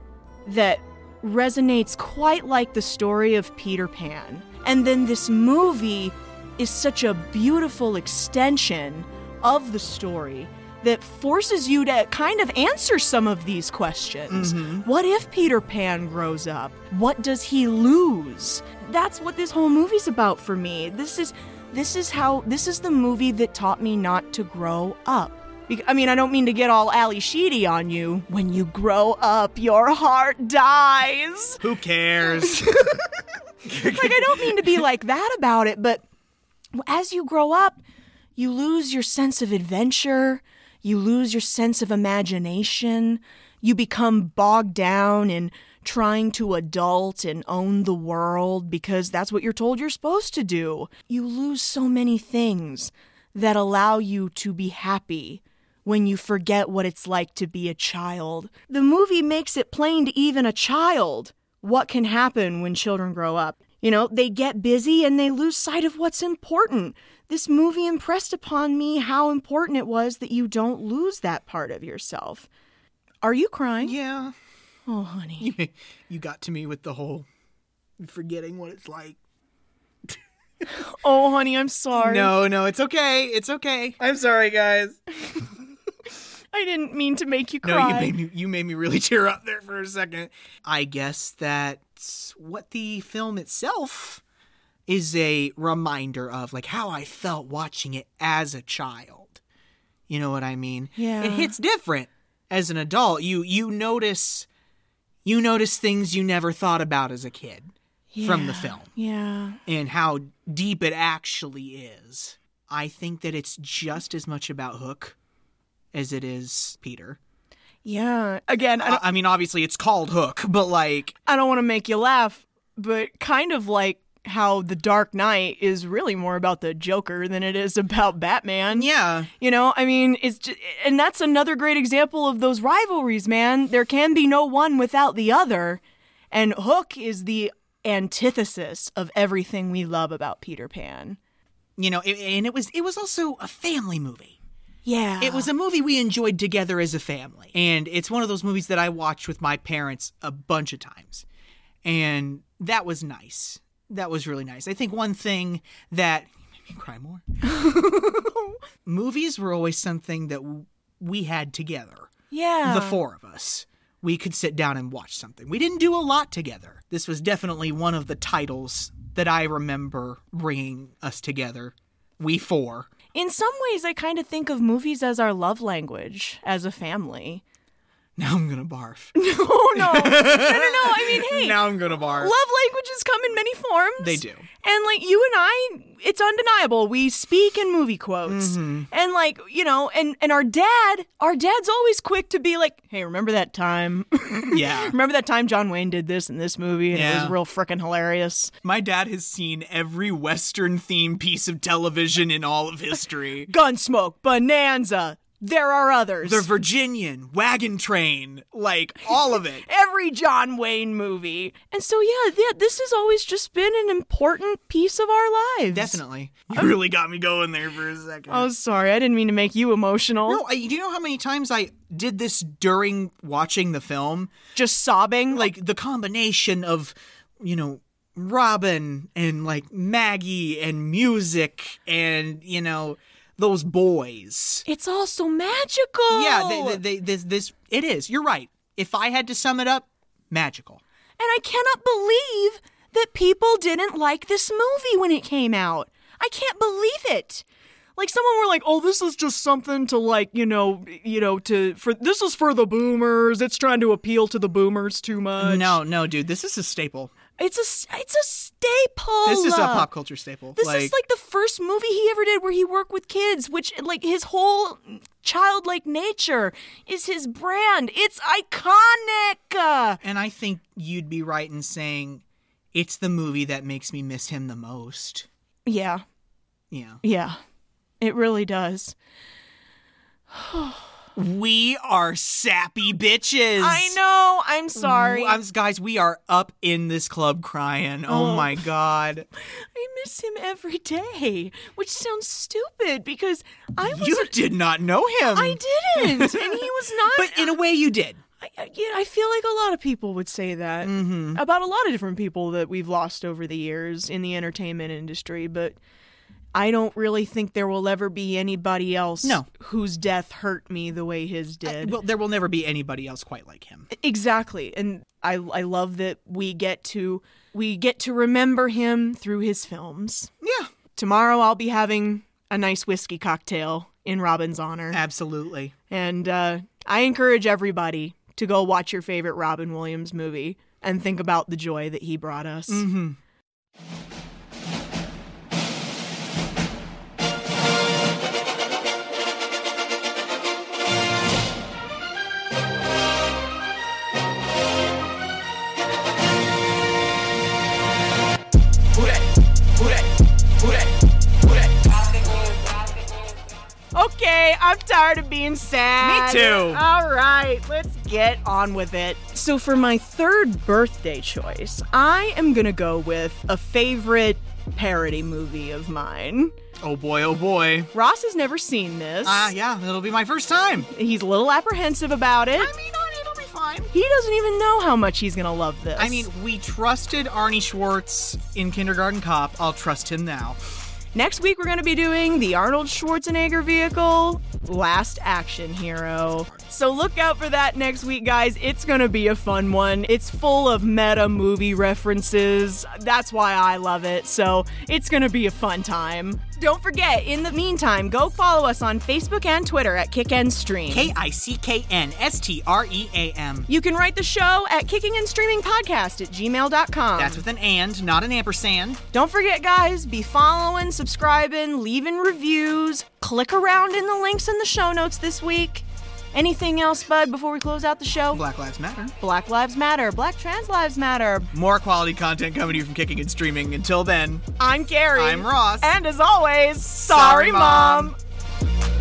Speaker 2: that resonates quite like the story of Peter Pan. And then this movie is such a beautiful extension of the story that forces you to kind of answer some of these questions.
Speaker 1: Mhm.
Speaker 2: What if Peter Pan grows up? What does he lose? That's what this whole movie's about for me. This is this is how this is the movie that taught me not to grow up. Bec- I mean, I don't mean to get all Ally Sheedy on you. When you grow up, your heart dies.
Speaker 1: Who cares?
Speaker 2: like I don't mean to be like that about it, but as you grow up, you lose your sense of adventure, you lose your sense of imagination, you become bogged down in trying to adult and own the world because that's what you're told you're supposed to do. You lose so many things that allow you to be happy when you forget what it's like to be a child. The movie makes it plain to even a child what can happen when children grow up. You know, they get busy and they lose sight of what's important. This movie impressed upon me how important it was that you don't lose that part of yourself. Are you crying?
Speaker 1: Yeah.
Speaker 2: Oh, honey.
Speaker 1: You, you got to me with the whole forgetting what it's like.
Speaker 2: Oh, honey, I'm sorry.
Speaker 1: No, no, it's okay. It's okay. I'm sorry, guys.
Speaker 2: I didn't mean to make you
Speaker 1: No,
Speaker 2: cry.
Speaker 1: you made me you made me really tear up there for a second. I guess that's what the film itself is a reminder of, like how I felt watching it as a child. You know what I mean?
Speaker 2: Yeah.
Speaker 1: It hits different as an adult. You you notice you notice things you never thought about as a kid from the
Speaker 2: Yeah.
Speaker 1: film
Speaker 2: Yeah.
Speaker 1: and how deep it actually is. I think that it's just as much about Hook as it is Peter.
Speaker 2: Yeah. Again, I
Speaker 1: I, I mean, obviously it's called Hook, but like,
Speaker 2: I don't want to make you laugh, but kind of like how The Dark Knight is really more about the Joker than it is about Batman.
Speaker 1: Yeah.
Speaker 2: You know, I mean, it's just, and that's another great example of those rivalries, man. There can be no one without the other. And Hook is the antithesis of everything we love about Peter Pan.
Speaker 1: you know, it, and it was it was also a family movie.
Speaker 2: Yeah.
Speaker 1: It was a movie we enjoyed together as a family, and it's one of those movies that I watched with my parents a bunch of times, and that was nice. That was really nice. I think one thing that you made me cry more. Movies were always something that w- we had together.
Speaker 2: Yeah.
Speaker 1: the four of us. We could sit down and watch something. We didn't do a lot together. This was definitely one of the titles that I remember bringing us together. We four.
Speaker 2: In some ways, I kind of think of movies as our love language as a family.
Speaker 1: Now I'm gonna barf.
Speaker 2: Oh, no. no, no, no. I mean, hey.
Speaker 1: now I'm gonna barf.
Speaker 2: Love languages come in many forms.
Speaker 1: They do.
Speaker 2: And like you and I, it's undeniable. We speak in movie quotes.
Speaker 1: Mhm.
Speaker 2: And like, you know, and and our dad, our dad's always quick to be like, "Hey, remember that time?"
Speaker 1: Yeah.
Speaker 2: remember that time John Wayne did this in this movie and it
Speaker 1: Yeah.
Speaker 2: was real freaking hilarious.
Speaker 1: My dad has seen every Western themed piece of television in all of history.
Speaker 2: Gunsmoke, Bonanza, there are others.
Speaker 1: the Virginian, Wagon Train, like all of it.
Speaker 2: every John Wayne movie. And so, yeah, yeah, this has always just been an important piece of our lives.
Speaker 1: Definitely. You really got me going there for a second.
Speaker 2: Oh, sorry. I didn't mean to make you emotional.
Speaker 1: No, I, do you know how many times I did this during watching the film?
Speaker 2: Just sobbing?
Speaker 1: Like the combination of, you know, Robin and like Maggie and music and you know those boys.
Speaker 2: It's all so magical.
Speaker 1: Yeah, they, they, they, this this it is. You're right. If I had to sum it up, magical.
Speaker 2: And I cannot believe that people didn't like this movie when it came out. I can't believe it. Like someone were like, "Oh, this is just something to like, you know, you know, to for this is for the boomers. It's trying to appeal to the boomers too much."
Speaker 1: No, no, dude, this is a staple.
Speaker 2: It's a it's a staple.
Speaker 1: This is a pop culture staple.
Speaker 2: This is like the first movie he ever did where he worked with kids, which like his whole childlike nature is his brand. It's iconic.
Speaker 1: And I think you'd be right in saying it's the movie that makes me miss him the most.
Speaker 2: Yeah.
Speaker 1: Yeah.
Speaker 2: Yeah. It really does.
Speaker 1: We are sappy bitches.
Speaker 2: I know. I'm sorry.
Speaker 1: W- I'm- guys, we are up in this club crying. Oh,
Speaker 2: Oh.
Speaker 1: my God.
Speaker 2: I miss him every day, which sounds stupid because I was.
Speaker 1: You did not know him.
Speaker 2: I didn't, and he was not.
Speaker 1: But in a way, you did.
Speaker 2: I, I- yeah, I feel like a lot of people would say that
Speaker 1: Mm-hmm.
Speaker 2: about a lot of different people that we've lost over the years in the entertainment industry, but I don't really think there will ever be anybody else
Speaker 1: No.
Speaker 2: whose death hurt me the way his did.
Speaker 1: Well, there will never be anybody else quite like him.
Speaker 2: exactly. And I I love that we get to we get to remember him through his films.
Speaker 1: Yeah.
Speaker 2: Tomorrow I'll be having a nice whiskey cocktail in Robin's honor.
Speaker 1: Absolutely.
Speaker 2: And uh, I encourage everybody to go watch your favorite Robin Williams movie and think about the joy that he brought us.
Speaker 1: Mm-hmm.
Speaker 2: Okay, I'm tired of being sad.
Speaker 1: Me too.
Speaker 2: All right, let's get on with it. So, for my third birthday choice, I am going to go with a favorite parody movie of mine.
Speaker 1: Oh boy, oh boy.
Speaker 2: Ross has never seen this.
Speaker 1: Ah, yeah, it'll be my first time.
Speaker 2: He's a little apprehensive about it.
Speaker 1: I mean, on it'll be fine.
Speaker 2: he doesn't even know how much he's going to love this.
Speaker 1: I mean, we trusted Arnie Schwartz in Kindergarten Cop. I'll trust him now.
Speaker 2: Next week, we're going to be doing the Arnold Schwarzenegger vehicle, Last Action Hero. So look out for that next week, guys. It's going to be a fun one. It's full of meta movie references. That's why I love it. So it's going to be a fun time. Don't forget, in the meantime, go follow us on Facebook and Twitter at Kick and Stream.
Speaker 1: K I C K N S T R E A M.
Speaker 2: You can write the show at kicking and streaming podcast at gmail.com.
Speaker 1: That's with an and, not an ampersand.
Speaker 2: Don't forget, guys, be following, subscribing, leaving reviews. Click around in the links in the show notes this week. Anything else, bud, before we close out the show?
Speaker 1: Black Lives Matter.
Speaker 2: Black Lives Matter. Black Trans Lives Matter.
Speaker 1: More quality content coming to you from Kicking and Streaming. Until then,
Speaker 2: I'm Gary.
Speaker 1: I'm Ross.
Speaker 2: And as always, sorry,
Speaker 1: Sorry, Mom.
Speaker 2: Mom.